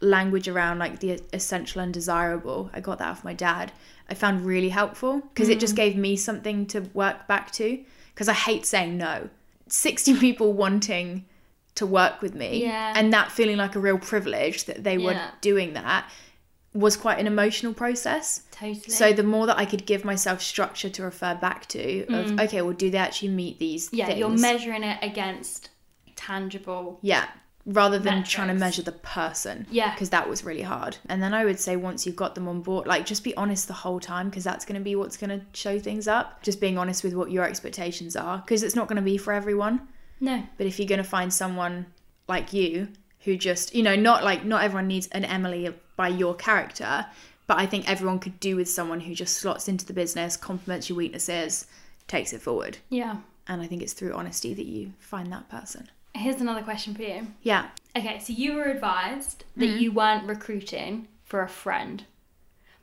Speaker 1: language around like the essential and desirable i got that off my dad i found really helpful because it
Speaker 2: Mm.
Speaker 1: just gave me something to work back to because i hate saying no 60 people wanting to work with me
Speaker 2: Yeah.
Speaker 1: and that feeling like a real privilege that they were
Speaker 2: Yeah.
Speaker 1: doing that was quite an emotional process
Speaker 2: Totally.
Speaker 1: so the more that I could give myself structure to refer back to, of okay, well, do they actually meet these?
Speaker 2: Mm. yeah,
Speaker 1: things?
Speaker 2: you're measuring it against tangible.
Speaker 1: yeah, rather than trying to
Speaker 2: Metrics.
Speaker 1: measure the person.
Speaker 2: Yeah.
Speaker 1: because that was really hard. And then I would say once you've got them on board, like just be honest the whole time, because that's going to be what's going to show things up. Just being honest with what your expectations are, because it's not going to be for everyone.
Speaker 2: No.
Speaker 1: But if you're going to find someone like you who just, you know, not like not everyone needs an Emily by your character, but I think everyone could do with someone who just slots into the business, complements your weaknesses, takes it forward.
Speaker 2: Yeah.
Speaker 1: And I think it's through honesty that you find that person.
Speaker 2: Here's another question for you.
Speaker 1: Yeah. Hmm.
Speaker 2: Okay, so you were advised that you weren't recruiting for a friend,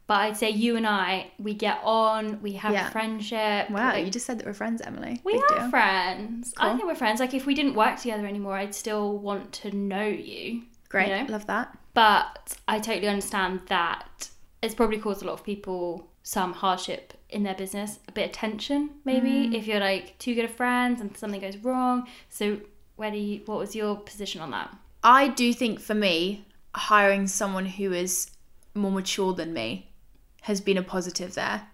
Speaker 2: But I'd say you and I, we get on, we have
Speaker 1: Yeah.
Speaker 2: a friendship.
Speaker 1: Wow,
Speaker 2: like,
Speaker 1: you just said that we're friends, Emily.
Speaker 2: we
Speaker 1: Big
Speaker 2: are
Speaker 1: deal.
Speaker 2: friends. I
Speaker 1: Cool.
Speaker 2: think we're friends. Like if we didn't work together anymore, I'd still want to know you.
Speaker 1: Great,
Speaker 2: you know?
Speaker 1: love that.
Speaker 2: But I totally understand that it's probably caused a lot of people some hardship in their business, a bit of tension
Speaker 1: Mm.
Speaker 2: maybe if you're like too good of friends and something goes wrong. So where do you, what was your position on that?
Speaker 1: I do think for me, hiring someone who is more mature than me has been a positive there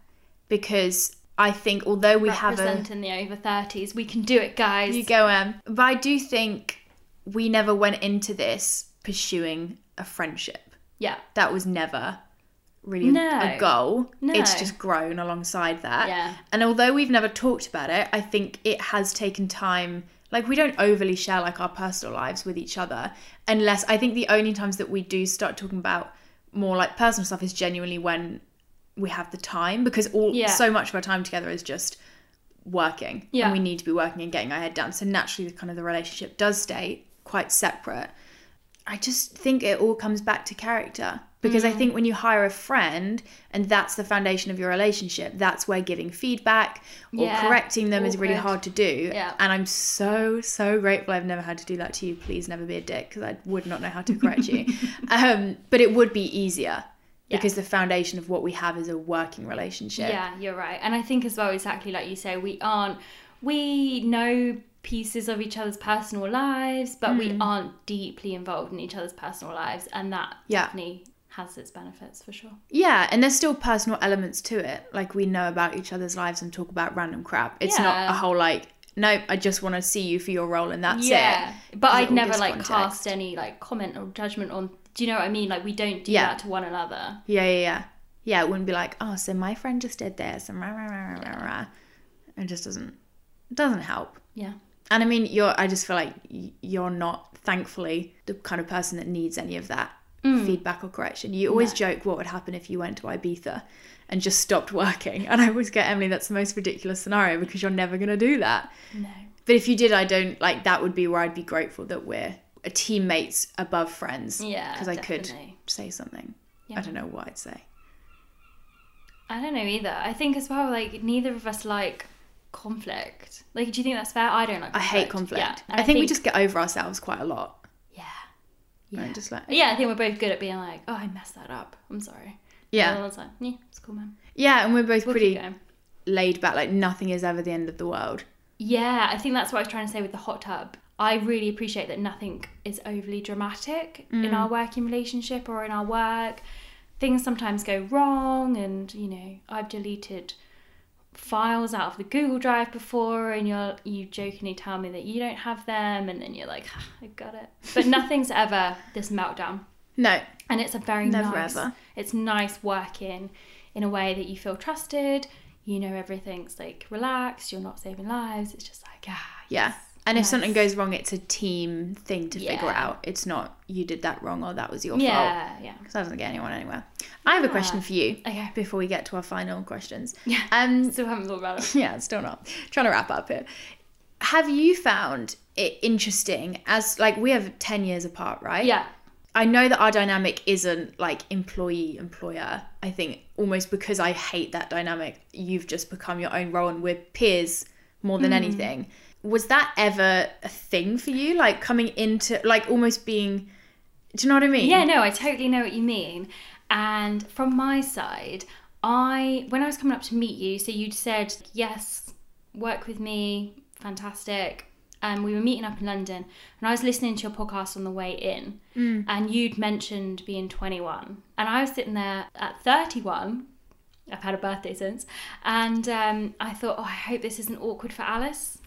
Speaker 1: because I think although we have a
Speaker 2: Represent in the over 30s. We can do it, guys.
Speaker 1: You go, Em. But I do think we never went into this pursuing a friendship.
Speaker 2: yeah.
Speaker 1: That was never really a-
Speaker 2: No.
Speaker 1: a goal.
Speaker 2: No.
Speaker 1: It's just grown alongside that.
Speaker 2: Yeah.
Speaker 1: And although we've never talked about it, I think it has taken time. Like we don't overly share like our personal lives with each other, unless I think the only times that we do start talking about more like personal stuff is genuinely when we have the time because all
Speaker 2: Yeah.
Speaker 1: so much of our time together is just working
Speaker 2: Yeah.
Speaker 1: and we need to be working and getting our head down so naturally the kind of the relationship does stay quite separate i just think it all comes back to character because i
Speaker 2: Mm.
Speaker 1: think when you hire a friend and that's the foundation of your relationship that's where giving feedback or
Speaker 2: Yeah,
Speaker 1: correcting them is really
Speaker 2: awkward.
Speaker 1: hard to do
Speaker 2: Yeah.
Speaker 1: and i'm so so grateful i've never had to do that to you please never be a dick because i would not know how to correct you um, but it would be easier
Speaker 2: Yeah.
Speaker 1: because the foundation of what we have is a working relationship
Speaker 2: Yeah, you're right. And I think as well, exactly like you say, we aren't, we know pieces of each other's personal lives, but
Speaker 1: Mm.
Speaker 2: we aren't deeply involved in each other's personal lives. And that
Speaker 1: Yeah.
Speaker 2: definitely has its benefits for sure.
Speaker 1: Yeah, and there's still personal elements to it. Like we know about each other's lives and talk about random crap. It's
Speaker 2: Yeah.
Speaker 1: not a whole like, nope, I just want to see you for your role and that's it.
Speaker 2: But
Speaker 1: Because it
Speaker 2: I'd
Speaker 1: all
Speaker 2: never
Speaker 1: gives
Speaker 2: like
Speaker 1: context.
Speaker 2: cast any like comment or judgment on, do you know what I mean? Like we don't do
Speaker 1: Yeah.
Speaker 2: that to one another.
Speaker 1: Yeah, yeah, yeah. Yeah, it wouldn't be like, oh, so my friend just did this and rah rah rah rah rah rah. It just doesn't it doesn't help.
Speaker 2: Yeah.
Speaker 1: And I mean, you're. I just feel like y- you're not, thankfully, the kind of person that needs any of that
Speaker 2: Mm.
Speaker 1: feedback or correction. You always joke what would happen if you went to Ibiza and just stopped working. And I always get Emily, that's the most ridiculous scenario because you're never going to do that.
Speaker 2: No.
Speaker 1: But if you did, I don't like. That would be where I'd be grateful that we're teammates above friends.
Speaker 2: Yeah,
Speaker 1: because I could
Speaker 2: definitely.
Speaker 1: say something.
Speaker 2: Yeah.
Speaker 1: I don't know what I'd say.
Speaker 2: I don't know either. I think as well, like neither of us like conflict. Like, do you think that's fair? I don't like.
Speaker 1: I hate conflict.
Speaker 2: Yeah.
Speaker 1: I, think, we just get over ourselves quite a lot.
Speaker 2: Yeah.
Speaker 1: Yeah,
Speaker 2: Yeah.
Speaker 1: just like
Speaker 2: Yeah, I think we're both good at being like, oh, I messed that up. I'm sorry. The other
Speaker 1: yeah,
Speaker 2: one's like, yeah, it's cool, man.
Speaker 1: yeah, and we're both
Speaker 2: We'll
Speaker 1: pretty
Speaker 2: keep going.
Speaker 1: laid back. Like nothing is ever the end of the world.
Speaker 2: Yeah, I think that's what I was trying to say with the hot tub. I really appreciate that nothing is overly dramatic in our working relationship or in our work. Things sometimes go wrong, and you know, I've deleted files out of the Google Drive before, and you're you jokingly tell me that you don't have them, and then you're like, "Ah, I got it. But nothing's ever this meltdown.
Speaker 1: No,
Speaker 2: and it's a very
Speaker 1: Never
Speaker 2: nice
Speaker 1: ever.
Speaker 2: it's nice working in a way that you feel trusted you know everything's like relaxed you're not saving lives it's just like ah
Speaker 1: yeah.
Speaker 2: yes.
Speaker 1: And if
Speaker 2: Nice.
Speaker 1: something goes wrong, it's a team thing to figure
Speaker 2: Yeah.
Speaker 1: out. It's not you did that wrong or that was your fault.
Speaker 2: yeah yeah
Speaker 1: Because that doesn't get anyone anywhere. I have a question for you
Speaker 2: okay
Speaker 1: before we get to our final questions.
Speaker 2: Yeah.
Speaker 1: Um,
Speaker 2: still haven't thought about it
Speaker 1: yeah, still not. Trying to wrap up here. Have you found it interesting as like we have 10 years apart, right?
Speaker 2: yeah
Speaker 1: I know that our dynamic isn't like employee employer. I think almost because I hate that dynamic, you've just become your own role and we're peers more
Speaker 2: Hmm.
Speaker 1: than anything. Was that ever a thing for you? Like coming into like almost being do you know what I mean?
Speaker 2: yeah no i totally know what you mean and from my side i when i was coming up to meet you so you'd said yes work with me fantastic um, we were meeting up in london and i was listening to your podcast on the way in and you'd mentioned being 21 and i was sitting there at 31 i've had a birthday since and um, i thought oh i hope this isn't awkward for alice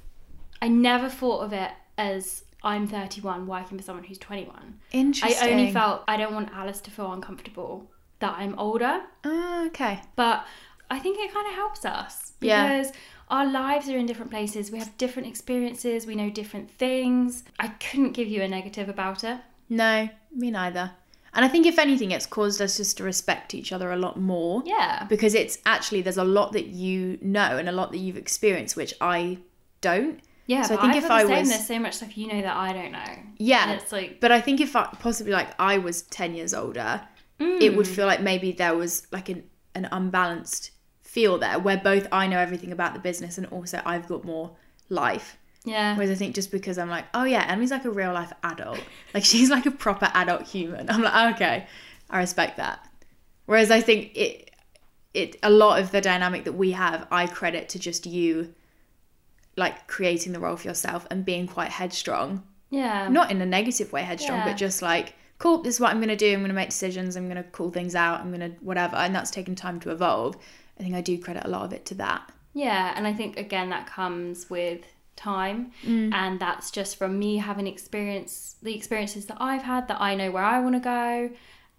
Speaker 2: i never thought of it as i'm 31 working for someone who's 21
Speaker 1: Interesting.
Speaker 2: I only felt I don't want Alice to feel uncomfortable that I'm older,
Speaker 1: Ah, okay.
Speaker 2: but I think it kind of helps us
Speaker 1: Yeah.
Speaker 2: because our lives are in different places. We have different experiences. We know different things. I couldn't give you a negative about it.
Speaker 1: No, me neither. And I think if anything, it's caused us just to respect each other a lot more.
Speaker 2: Yeah.
Speaker 1: Because it's actually there's a lot that you know and a lot that you've experienced which I don't.
Speaker 2: Yeah.
Speaker 1: So I
Speaker 2: but
Speaker 1: think
Speaker 2: I
Speaker 1: if
Speaker 2: feel the
Speaker 1: I
Speaker 2: same.
Speaker 1: was-
Speaker 2: there's so much stuff you know that I don't know.
Speaker 1: Yeah.
Speaker 2: And it's like
Speaker 1: But I think if I, possibly like I was 10 years older, it would feel like maybe there was like an an unbalanced feel there where both I know everything about the business and also I've got more life.
Speaker 2: Yeah.
Speaker 1: Whereas I think just because I'm like, oh yeah, Emily's like a real life adult. Like she's like a proper adult human. I'm like, okay, I respect that. Whereas I think it it a lot of the dynamic that we have, I credit to just you like creating the role for yourself and being quite headstrong.
Speaker 2: Yeah.
Speaker 1: Not in a negative way headstrong,
Speaker 2: Yeah.
Speaker 1: but just like, cool, this is what I'm gonna do, I'm gonna make decisions, I'm gonna call things out, I'm gonna whatever, and that's taken time to evolve. I think I do credit a lot of it to that.
Speaker 2: Yeah, and I think again that comes with time
Speaker 1: Mm.
Speaker 2: and that's just from me having experience the experiences that I've had that I know where I want to go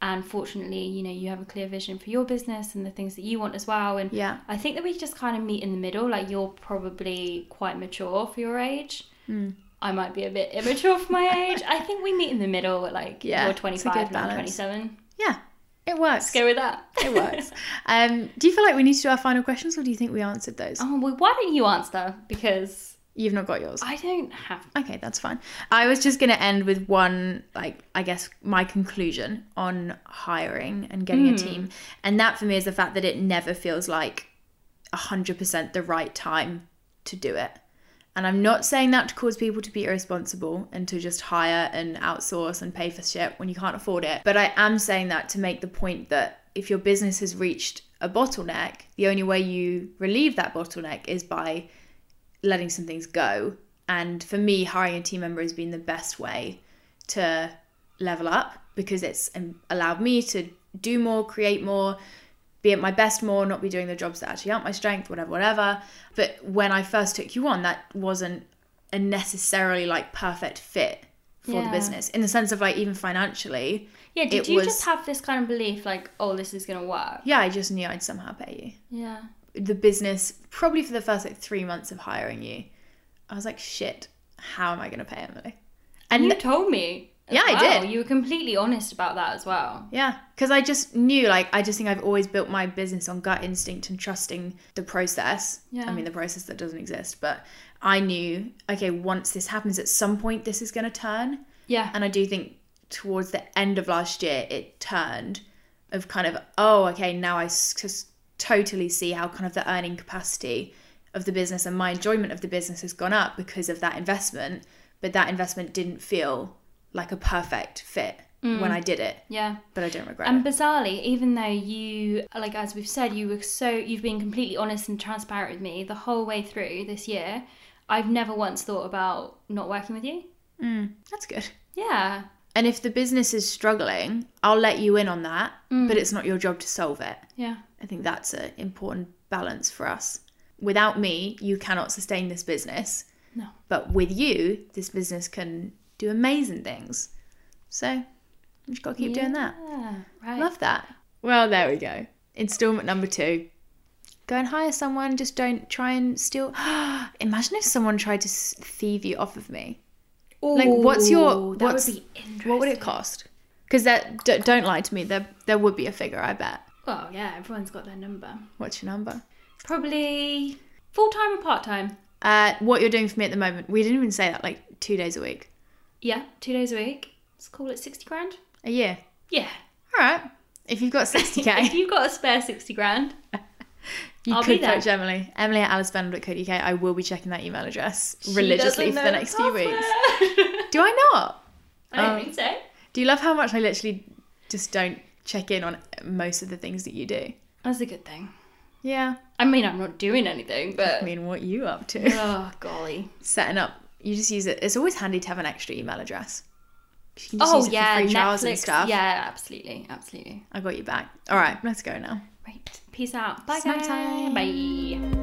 Speaker 2: and fortunately, you know, you have a clear vision for your business and the things that you want as well and
Speaker 1: Yeah.
Speaker 2: I think that we just kind of meet in the middle like you're probably quite mature for your age.
Speaker 1: Mm.
Speaker 2: I might be a bit immature for my age. I think we meet in the middle at like
Speaker 1: Yeah,
Speaker 2: you're
Speaker 1: it's a good
Speaker 2: 25 and I'm
Speaker 1: balance.
Speaker 2: 27.
Speaker 1: Yeah. It works.
Speaker 2: Let's go with that.
Speaker 1: It works. um, do you feel like we need to do our final questions, or do you think we answered those?
Speaker 2: oh, well, why don't you answer because
Speaker 1: You've not got yours.
Speaker 2: I don't have
Speaker 1: Okay, that's fine. I was just going to end with one, like, I guess my conclusion on hiring and getting a team. And that for me is the fact that it never feels like 100% the right time to do it. And I'm not saying that to cause people to be irresponsible and to just hire and outsource and pay for shit when you can't afford it. But I am saying that to make the point that if your business has reached a bottleneck, the only way you relieve that bottleneck is by letting some things go. And for me, hiring a team member has been the best way to level up because it's um, allowed me to do more, create more, be at my best more, not be doing the jobs that actually aren't my strength, whatever, whatever. But when I first took you on, that wasn't a necessarily like perfect fit for
Speaker 2: Yeah.
Speaker 1: the business in the sense of like even financially.
Speaker 2: Yeah, did
Speaker 1: It
Speaker 2: you
Speaker 1: was-
Speaker 2: just have this kind of belief like, oh, this is gonna work?
Speaker 1: Yeah, I just knew I'd somehow pay
Speaker 2: Yeah.
Speaker 1: you. The business, probably for the first like three months of hiring you, I was like, shit, how am I going to pay Emily?
Speaker 2: And you
Speaker 1: th-
Speaker 2: told me. as
Speaker 1: Yeah, I
Speaker 2: well.
Speaker 1: did.
Speaker 2: You were completely honest about that as well.
Speaker 1: Yeah, because I just knew, like, I just think I've always built my business on gut instinct and trusting the process.
Speaker 2: Yeah.
Speaker 1: I mean, the process that doesn't exist, but I knew, okay, once this happens, at some point, this is going to turn.
Speaker 2: Yeah.
Speaker 1: And I do think towards the end of last year, it turned of kind of, oh, okay, now I s- s- totally see how kind of the earning capacity of the business and my enjoyment of the business has gone up because of that investment. But that investment didn't feel like a perfect fit when I did it.
Speaker 2: yeah.
Speaker 1: But I don't regret it.
Speaker 2: And bizarrely, even though you like as we've said, you were so you've been completely honest and transparent with me the whole way through this year, I've never once thought about not working with you.
Speaker 1: That's good.
Speaker 2: Yeah.
Speaker 1: And if the business is struggling, I'll let you in on that, but it's not your job to solve it.
Speaker 2: Yeah.
Speaker 1: I think that's an important balance for us. Without me, you cannot sustain this business.
Speaker 2: No.
Speaker 1: But with you, this business can do amazing things. So you just got to keep doing that.
Speaker 2: Yeah. Ah, Right.
Speaker 1: Love that. Well, there we go. Installment number two. Go and hire someone. Just don't try and steal. Imagine if someone tried to s- thieve you off of me. Like, what's your-
Speaker 2: Ooh, that
Speaker 1: what's-
Speaker 2: would be interesting.
Speaker 1: What would it cost? Because that d- don't lie to me. There there would be a figure. I bet.
Speaker 2: Well, yeah, everyone's got their number.
Speaker 1: What's your number?
Speaker 2: Probably full time or part time.
Speaker 1: Uh, what you're doing for me at the moment? We didn't even say that. Like two days a week,
Speaker 2: Yeah, two days a week. Let's call it sixty grand.
Speaker 1: a year.
Speaker 2: Yeah.
Speaker 1: All right. If you've got sixty
Speaker 2: if
Speaker 1: k,
Speaker 2: you've got a spare 60 grand,
Speaker 1: you
Speaker 2: I'll
Speaker 1: could
Speaker 2: be there.
Speaker 1: coach Emily. Emily at alicebenard.co.uk. I will be checking that email address
Speaker 2: she
Speaker 1: religiously
Speaker 2: doesn't
Speaker 1: for
Speaker 2: know
Speaker 1: the next few
Speaker 2: the
Speaker 1: weeks.
Speaker 2: password.
Speaker 1: Do I not?
Speaker 2: I don't
Speaker 1: Um,
Speaker 2: think so.
Speaker 1: Do you love how much I literally just don't check in on most of the things that you do?
Speaker 2: That's a good thing.
Speaker 1: Yeah.
Speaker 2: I mean, I'm not doing anything,
Speaker 1: I
Speaker 2: but.
Speaker 1: mean, what you up to?
Speaker 2: Oh, golly.
Speaker 1: Setting up. You just use it. It's always handy to have an extra email address. 'Cause You can just
Speaker 2: Oh,
Speaker 1: use it
Speaker 2: yeah,
Speaker 1: for free trials
Speaker 2: Netflix.
Speaker 1: and stuff.
Speaker 2: Yeah, absolutely. Absolutely.
Speaker 1: I got you back. All right, let's go now.
Speaker 2: Right. Peace out. Bye,
Speaker 1: Snack
Speaker 2: guys.
Speaker 1: time.
Speaker 2: Bye.